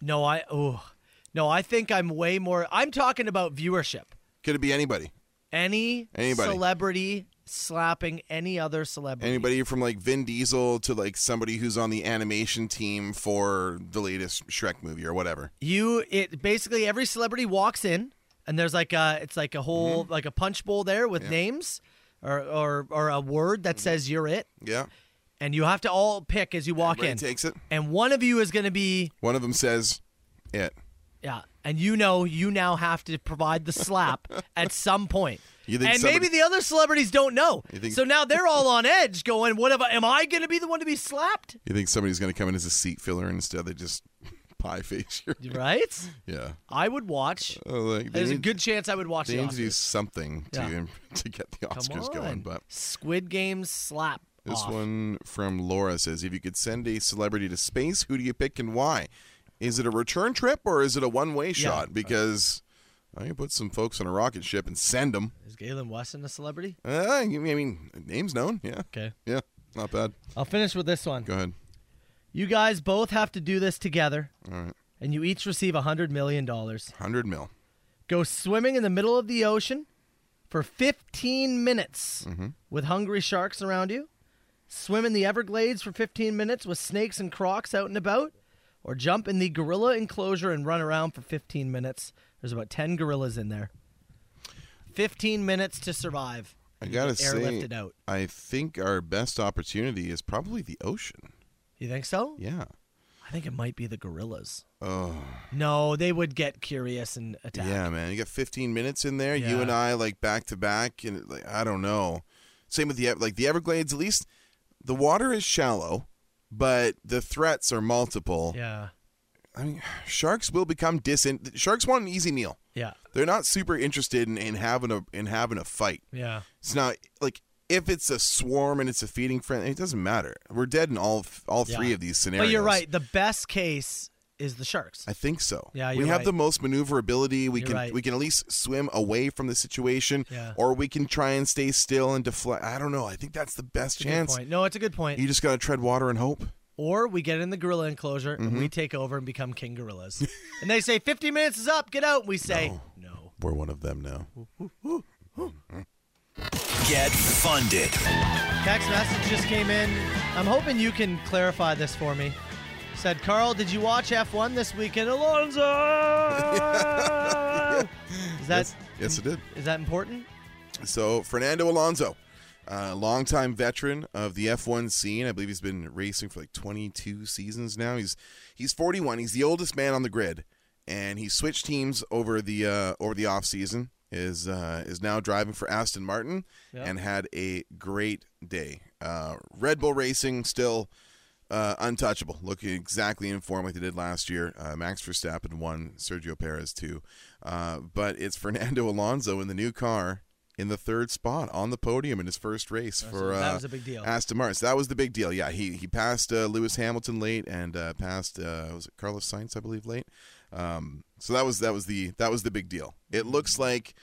S6: No, I. Oh, No, I think I'm way more. I'm talking about viewership.
S7: Could it be anybody?
S6: Any
S7: Anybody.
S6: celebrity slapping any other celebrity.
S7: Anybody from like Vin Diesel to like somebody who's on the animation team for the latest Shrek movie or whatever.
S6: You it basically every celebrity walks in and there's like a it's like a whole
S7: Mm-hmm.
S6: like a punch bowl there with names or, or or a word
S7: Mm-hmm.
S6: that says you're it.
S7: Yeah.
S6: And you have to all pick as you walk
S7: Everybody
S6: in.
S7: takes it.
S6: And one of you is going to be
S7: One of them says it.
S6: yeah, and you know you now have to provide the
S7: [LAUGHS]
S6: slap at some point.
S7: You think
S6: and
S7: somebody-
S6: maybe the other celebrities don't know.
S7: You think-
S6: so now they're
S7: [LAUGHS]
S6: all on edge going, what am I, am I going to be the one to be slapped?
S7: You think somebody's going to come in as a seat filler and instead they just [LAUGHS] pie face you?
S6: Right?
S7: Yeah.
S6: I would watch.
S7: Oh, like, they
S6: There's a
S7: need-
S6: good chance I would watch
S7: They
S6: the
S7: need to do
S6: Oscars.
S7: something to
S6: Yeah.
S7: [LAUGHS] to get the
S6: Come
S7: Oscars
S6: on.
S7: going, but
S6: Squid Game slap.
S7: This
S6: off.
S7: one from Laura says If you could send a celebrity to space, who do you pick and why? Is it a return trip or is it a one way shot? Because I can put some folks on a rocket ship and send them.
S6: Is Galen Weston a celebrity?
S7: Uh, I mean, name's known. Yeah.
S6: Okay.
S7: Yeah. Not bad.
S6: I'll finish with this one.
S7: Go ahead.
S6: You guys both have to do this together,
S7: All right.
S6: and you each receive a $100 million.
S7: 100 mil.
S6: Go swimming in the middle of the ocean for 15 minutes
S7: Mm-hmm.
S6: with hungry sharks around you. Swim in the Everglades for 15 minutes with snakes and crocs out and about. Or jump in the gorilla enclosure and run around for 15 minutes. There's about 10 gorillas in there. 15 minutes to survive.
S7: I
S6: You
S7: got to
S6: get
S7: say,
S6: airlifted out.
S7: I think our best opportunity is probably the ocean.
S6: You think so?
S7: Yeah.
S6: I think it might be the gorillas.
S7: Oh.
S6: No, they would get curious and attack.
S7: Yeah, man. You got 15 minutes in there. You
S6: Yeah.
S7: and I like back to back, and like I don't know. Same with the Ev- like the Everglades. At least the water is shallow, but the threats are multiple.
S6: Yeah.
S7: I mean, [SIGHS] sharks will become distant. Sharks want an easy meal.
S6: Yeah.
S7: They're not super interested in, in having a in having a fight.
S6: Yeah.
S7: It's not like if it's a swarm and it's a feeding friend. It doesn't matter. We're dead in all all three
S6: Yeah.
S7: of these scenarios.
S6: But you're right. The best case is the sharks.
S7: I think so.
S6: Yeah,
S7: we
S6: you're
S7: have
S6: right.
S7: the most maneuverability. We
S6: You're
S7: can
S6: right.
S7: we can at least swim away from the situation,
S6: Yeah.
S7: or we can try and stay still and deflect. I don't know. I think that's the best
S6: It's a good
S7: chance.
S6: point. No, it's a good point.
S7: You just gotta tread water and hope.
S6: or we get in the gorilla enclosure and
S7: Mm-hmm.
S6: we take over and become king
S7: [LAUGHS]
S6: gorillas. and they say 50 minutes is up. Get out. And we say,
S7: We're one of them now.
S5: Get funded.
S6: Text message just came in. I'm hoping you can clarify this for me. Said, Carl, did you watch F1 this weekend?
S7: [LAUGHS]
S6: Alonso! Is that
S7: yes, yes, it did.
S6: is that important?
S7: So Fernando Alonso, a longtime veteran of the F1 scene. I believe he's been racing for like 22 seasons now. He's he's 41. He's the oldest man on the grid, and he switched teams over the uh, over the off season. Is uh, is now driving for Aston Martin
S17: Yeah.
S7: and had a great day. Uh, Red Bull Racing still uh, untouchable, looking exactly in form like they did last year. Uh, Max Verstappen won, Sergio Perez too, uh, but it's [LAUGHS] Fernando Alonso in the new car in the third spot on the podium in his first race for uh,
S6: that was a big deal.
S7: Aston Martin. So that was the big deal. Yeah, he he passed uh, Lewis Hamilton late and uh, passed uh, was it Carlos Sainz I believe late. Um, so that was that was the that was the big deal. It looks like.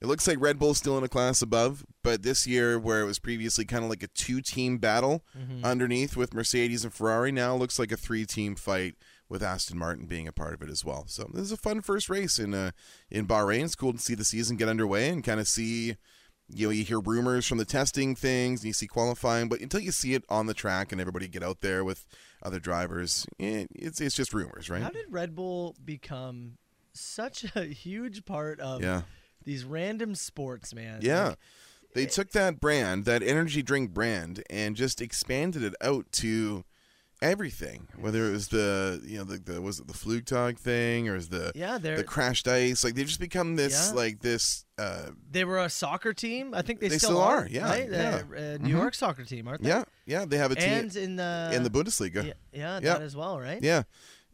S7: It looks like Red Bull's still in a class above, but this year, where it was previously kind of like a two team battle
S6: Mm-hmm.
S7: underneath with Mercedes and Ferrari, now looks like a three team fight with Aston Martin being a part of it as well. So this is a fun first race in uh, in Bahrain. It's cool to see the season get underway and kind of see, you know, you hear rumors from the testing things and you see qualifying, but until you see it on the track and everybody get out there with other drivers, eh, it's it's just rumors, right?
S6: How did Red Bull become such a huge part of
S7: Yeah.
S6: these random sports, man?
S7: Yeah. they took that brand, that energy drink brand, and just expanded it out to everything. Whether it was the you know the, the was it the Flugtag thing or is the
S6: Yeah, they're-
S7: the crashed ice like they've just become this
S6: Yeah.
S7: like this uh,
S6: They were a soccer team. I think they,
S7: They
S6: still,
S7: still
S6: are.
S7: are, yeah,
S6: right?
S7: yeah.
S6: Uh, uh, New
S7: Mhm.
S6: York soccer team, aren't they?
S7: yeah yeah they have a team
S6: And in the
S7: in the Bundesliga
S6: Yeah, yeah,
S7: Yeah.
S6: that as well, right?
S7: Yeah,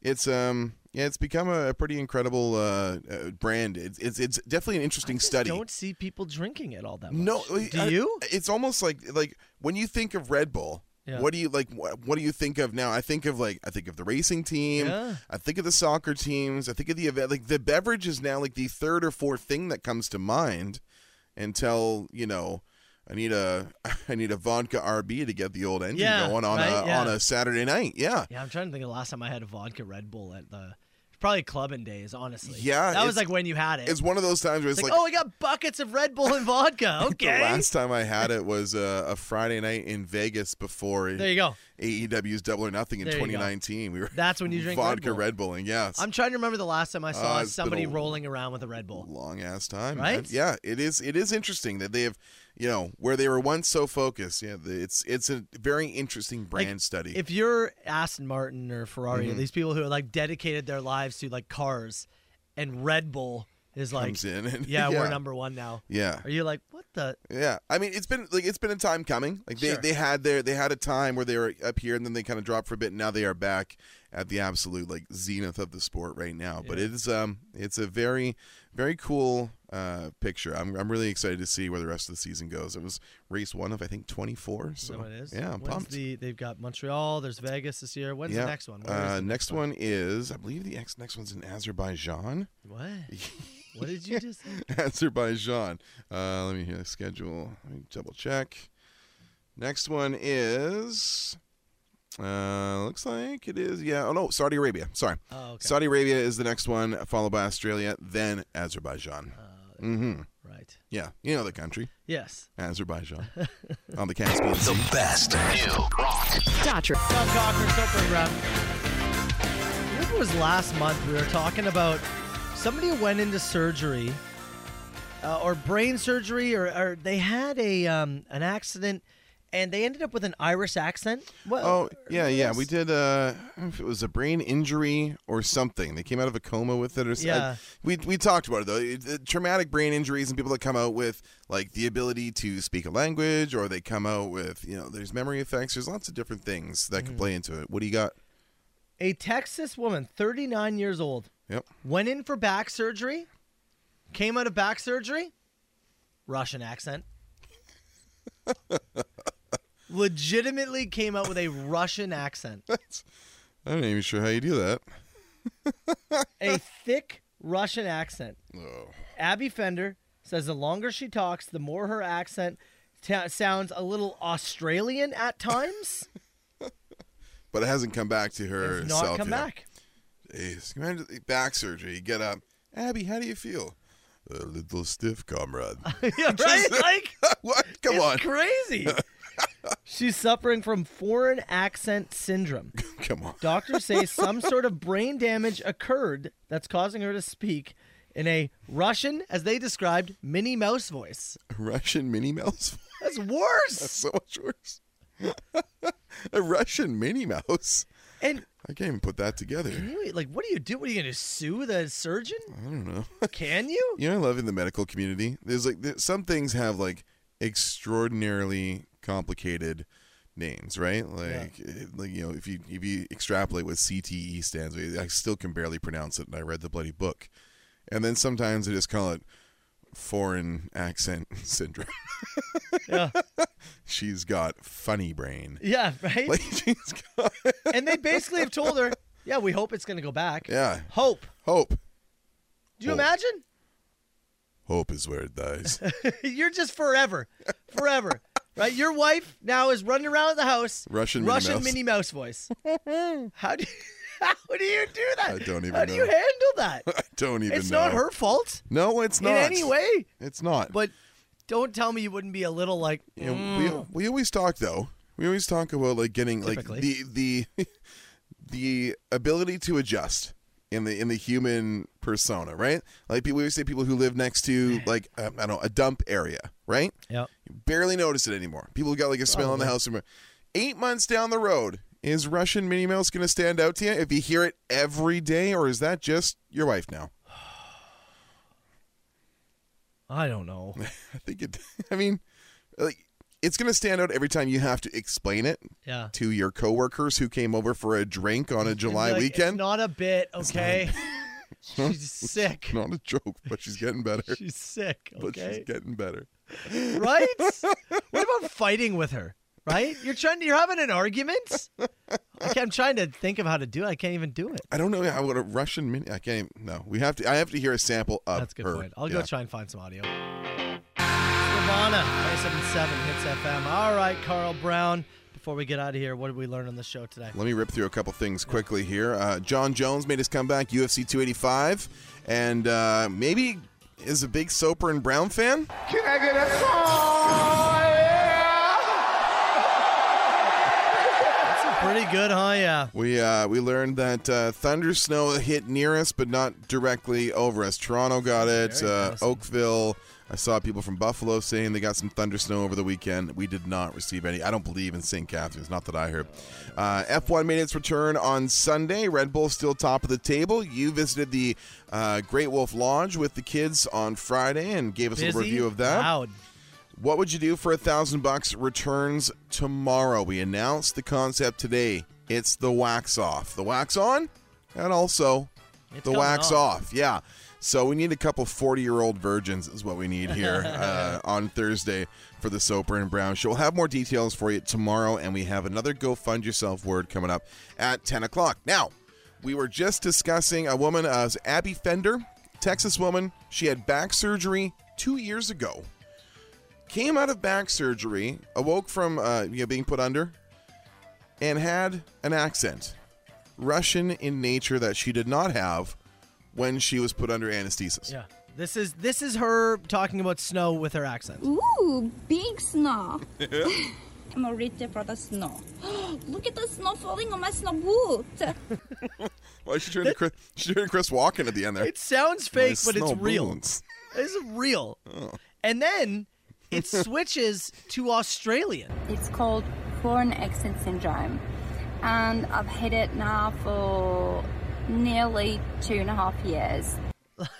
S7: it's um yeah it's become a, a pretty incredible uh, uh, brand. It's, it's it's definitely an interesting study.
S6: Don't see people drinking it all that much.
S7: No,
S6: do
S7: I-
S6: you?
S7: It's almost like like when you think of Red Bull.
S6: Yeah.
S7: What do you like? What, what do you think of now? I think of like I think of the racing team.
S6: Yeah.
S7: I think of the soccer teams. I think of the event. Like the beverage is now like the third or fourth thing that comes to mind, until you know. I need a [LAUGHS] I need a vodka RB to get the old engine
S6: Yeah,
S7: going on
S6: right,
S7: a
S6: yeah.
S7: on a Saturday night. Yeah,
S6: Yeah, I'm trying to think of the last time I had a vodka Red Bull at the probably clubbing days, honestly.
S7: Yeah,
S6: that was
S7: it's-
S6: like when you had it.
S7: It's one of those times where it's,
S6: like, oh, I got buckets of Red Bull and vodka.
S7: [LAUGHS] The
S6: Okay,
S7: last time I
S6: [LAUGHS]
S7: had it was uh, a Friday night in Vegas before
S6: There you go.
S7: AEW's E Double or Nothing in
S6: There you go.
S7: 2019. We were
S6: That's
S7: [LAUGHS]
S6: when you drink Red
S7: vodka
S6: Bull.
S7: Red, Bulling. Yes,
S6: I'm trying to remember the last time I saw
S7: Uh, it's been
S6: somebody
S7: a-
S6: rolling around with a Red Bull.
S7: long ass time,
S6: Right?
S7: man. Yeah, it is. It is interesting that they have, you know, where they were once so focused. Yeah, the- it's it's a very interesting brand study.
S6: If you're Aston Martin or Ferrari,
S7: Mhm.
S6: these people who are like dedicated their lives to like cars, and Red Bull is like,
S7: Comes in [LAUGHS] and-
S6: yeah,
S7: yeah.
S6: we're number one now.
S7: Yeah.
S6: Are you like, what the?
S7: Yeah, I mean, it's been like it's been a time coming. Like they,
S6: Sure.
S7: they had their they had a time where they were up here and then they kind of dropped for a bit. And now they are back at the absolute like zenith of the sport right now. But it is um it's a very very cool uh picture. I'm I'm really excited to see where the rest of the season goes. It was race one of I think 24. So
S6: So it is.
S7: yeah, I'm
S6: When's
S7: pumped.
S6: the- they've got Montreal. There's Vegas this year. When's
S7: yeah.
S6: the next one? Where is
S7: Uh,
S6: it?
S7: next one is I believe the ex- next one's in Azerbaijan. [LAUGHS]
S6: What? what did you just? say?
S7: Azerbaijan. Uh, let me hear the schedule. Let me double check. Next one is. Uh, looks like it is. Yeah. Oh no, Saudi Arabia. Sorry.
S6: Oh, okay.
S7: Saudi Arabia is the next one, followed by Australia, then Azerbaijan.
S6: Uh.
S7: mm-hmm.
S6: Right.
S7: Yeah, you know the country.
S6: Yes. [LAUGHS]
S7: Azerbaijan. On the Caspian Sea. The
S5: best.
S6: Dodger. Tom Cochran, Soper and Brown. Remember it was last month we were talking about somebody who went into surgery uh, or brain surgery or, or they had a um, an accident and they ended up with an Irish accent. What,
S7: Oh yeah, yeah. We did. Uh, I don't know if it was a brain injury or something, they came out of a coma with it, or something.
S6: Yeah.
S7: We we talked about it though. It- it- traumatic brain injuries and people that come out with like the ability to speak a language, or they come out with you know, there's memory effects. There's lots of different things that can play
S6: Mm-hmm.
S7: into it. What do you got?
S6: A Texas woman, 39 years old,
S7: Yep.
S6: went in for back surgery, came out of back surgery, Russian accent. Legitimately came out with a Russian accent.
S7: I'm not even sure how you do that.
S6: a thick Russian accent.
S7: Oh.
S6: Abby Fender says the longer she talks, the more her accent ta sounds a little Australian at times.
S7: But it hasn't come back to her.
S6: It's not
S7: self
S6: come
S7: yet.
S6: back. [LAUGHS]
S7: Jeez, can you imagine- back surgery. You get up. Abby, how do you feel? A little stiff,
S6: [LAUGHS]
S7: comrade. [LAUGHS]
S6: yeah, right? Like,
S7: what? Come on.
S6: it's
S7: [LAUGHS]
S6: crazy. She's suffering from foreign accent syndrome.
S7: Come on.
S6: Doctors say some sort of brain damage occurred that's causing her to speak in a Russian, as they described, Minnie Mouse voice.
S7: Russian Minnie Mouse. [LAUGHS]
S6: That's worse.
S7: That's so much worse. [LAUGHS] a Russian Minnie Mouse.
S6: And
S7: I can't even put that together.
S6: Can you like what do you do? What are you gonna sue the surgeon?
S7: I don't know. [LAUGHS]
S6: Can you?
S7: You know, I love in the medical community. There's like there, some things have like extraordinarily complicated names, right? Like, it- like you know, if you if you extrapolate what CTE stands for, I still can barely pronounce it, and I read the bloody book. And then sometimes they just call it foreign accent [LAUGHS] syndrome.
S6: Yeah.
S7: [LAUGHS] She's got funny brain.
S6: Yeah, [LAUGHS] right. and they basically have told her, yeah, we hope it's gonna go back.
S7: Yeah.
S6: Hope.
S7: Hope.
S6: Do you
S7: Hope.
S6: imagine? [LAUGHS]
S7: Hope is where it dies.
S6: You're just forever, forever, right? Your wife now is running around the house,
S7: Russian Minnie
S6: Russian
S7: Mouse.
S6: Minnie Mouse
S7: [LAUGHS]
S6: voice. how do [LAUGHS] how do you do that?
S7: I don't even
S6: How do you
S7: know.
S6: handle that?
S7: [LAUGHS] I don't even
S6: it's
S7: know.
S6: not her fault
S7: No, it's not.
S6: in any way.
S7: It's not.
S6: But don't tell me you wouldn't be a little like.
S7: You know,
S6: "Mm."
S7: we, we always talk though. We always talk about like getting
S6: Typically.
S7: like the the [LAUGHS] the ability to adjust in the in the human persona, right? Like people, we always say people who live next
S6: [SIGHS]
S7: to like um, I don't know a dump area, right?
S6: Yep.
S7: You barely notice it anymore. People got like a smell in the
S6: Probably.
S7: house. somewhere. Eight months down the road, is Russian Minnie Mouse going to stand out to you if you hear it every day, or is that just your wife now?
S6: I don't
S7: [LAUGHS]
S6: know.
S7: I think it. I mean, like it's gonna stand out every time you have to explain it.
S6: Yeah.
S7: To your coworkers who came over for a drink on a July
S6: Like, it's
S7: weekend.
S6: not a bit, [LAUGHS] okay?
S7: [LAUGHS] she's
S6: sick.
S7: [LAUGHS] Not a joke, but she's getting
S6: [LAUGHS]
S7: better.
S6: She's sick,
S7: But she's
S6: okay?
S7: getting better.
S6: right?
S7: [LAUGHS]
S6: what about fighting with her? Right? You're trying. You're having an argument. I can't- I'm trying to think of how to do it. I can't even do it.
S7: I don't know how what a Russian mini. I can't. even- No, we have to. I have to hear a sample of
S6: That's a good
S7: her.
S6: point. I'll
S7: Yeah.
S6: go try and find some audio. Nirvana, 977 hits FM. All right, Carl Brown. Before before we get out of here, what did we learn on the show today?
S7: Let me rip through a couple things quickly here. Uh, John Jones made his comeback, UFC 285, and uh, maybe is a big Soper and Brown fan.
S4: Can I get a high?
S6: Pretty good, huh? Yeah.
S7: We uh, we learned that uh, thunder snow hit near us, but not directly over us. Toronto got it. Uh, Oakville. I saw people from Buffalo saying they got some thunder snow over the weekend. We did not receive any. I don't believe in St. Catharines. Not that I heard. Uh, F1 made its return on Sunday. Red Bull still top of the table. You visited the uh, Great Wolf Lodge with the kids on Friday and gave us a little
S6: Busy,
S7: review of that. What would you do for a thousand bucks? Returns tomorrow. We announced the concept today. It's the wax off, the wax on, and also the
S6: going
S7: wax
S6: on.
S7: off. Yeah. So we need a couple forty-year-old virgins is what we need here uh, on Thursday for the Soper and Brown show. We'll have more details for you tomorrow, and we have another "Go Fund Yourself" word coming up at ten o'clock. Now, we were just discussing a woman, uh, Abby Fender, Texas woman. She had back surgery two years ago came out of back surgery, awoke from uh, you know, being put under, and had an accent, Russian in nature that she did not have when she was put under anesthesia.
S6: Yeah. This is this is her talking about snow with her accent.
S17: Ooh, big snow. [LAUGHS] I'm already for the snow. [GASPS] Look at the snow falling on my snow boot.
S7: Why she turned to Chris, she turned to Chris Walken at the end there?
S6: It sounds fake,
S7: My
S6: but it's
S7: snow
S6: real.
S7: boons.
S6: It's real. And then it switches to Australian. [LAUGHS]
S18: It's called foreign accent syndrome. And I've had it now for nearly two and a half years.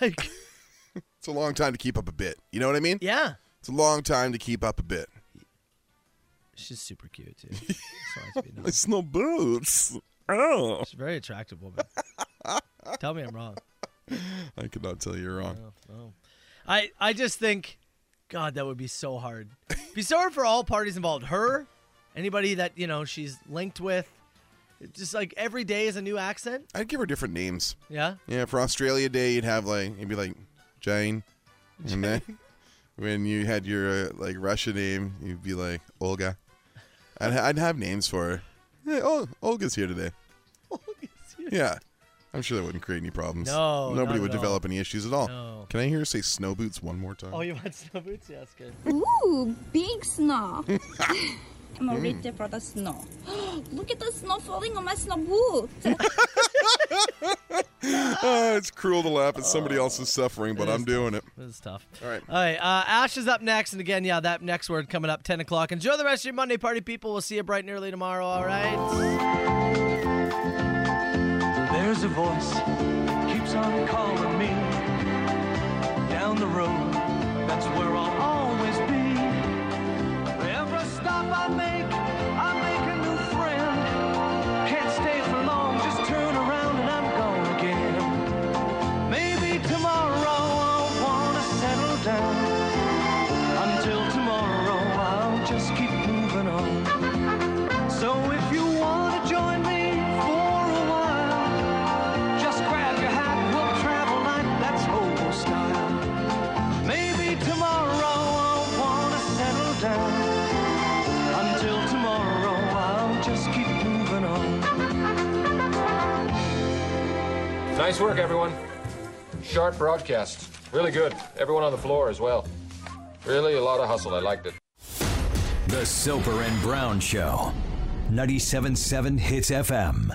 S7: It's a long time to keep up a bit. You know what I mean?
S6: Yeah.
S7: It's a long time to keep up a bit.
S6: She's super cute too.
S7: it's
S6: [LAUGHS]
S7: no boots. Oh,
S6: She's a very attractive woman. Tell me I'm wrong.
S7: I could not tell you you're wrong.
S6: I I just think, God, that would be so hard. be so hard for all parties involved. Her, anybody that you know she's linked with. It's Just like every day is a new accent.
S7: I'd give her different names.
S6: Yeah.
S7: Yeah, for Australia Day, you'd have like you'd be like Jane, and then [LAUGHS] when you had your uh, like Russian name, you'd be like Olga. I'd, ha- I'd have names for her. Hey, oh, Olga's here today. Yeah, I'm sure that wouldn't create any problems.
S6: No,
S7: nobody
S6: not
S7: would
S6: at all.
S7: develop any issues at all.
S6: No.
S7: Can I hear her say snow boots one more time?
S6: Oh, you want snow boots? Yeah, that's good.
S17: Ooh, big snow. I'm
S7: Mm.
S17: already for the snow. [GASPS] Look at the snow falling on my snow boot.
S7: Ah, it's cruel to laugh at somebody else's suffering, but
S6: Oh. It
S7: I'm
S6: is
S7: doing it.
S6: It's tough.
S7: All right.
S6: All right, uh, Ash is up next, and again, yeah, that next word coming up, ten o'clock. Enjoy the rest of your Monday party, people. We'll see you bright and early tomorrow. All right.
S2: There's a voice keeps on calling me down the road. That's where I'll always be. Every stop I make, I make a new friend. Can't stay for long, just turn around and I'm gone again. Maybe tomorrow I'll wanna settle down. Until tomorrow, I'll just keep moving on. So if you wanna join me for a while. Just grab your hat, we'll travel like that's old style. Maybe tomorrow I'll wanna settle down. Until tomorrow, I'll just keep moving on.
S19: Nice work, everyone. Sharp broadcast. Really good. Everyone on the floor as well. Really a lot of hustle. I liked it.
S5: The Soper and Brown Show. 97.7 Hits FM.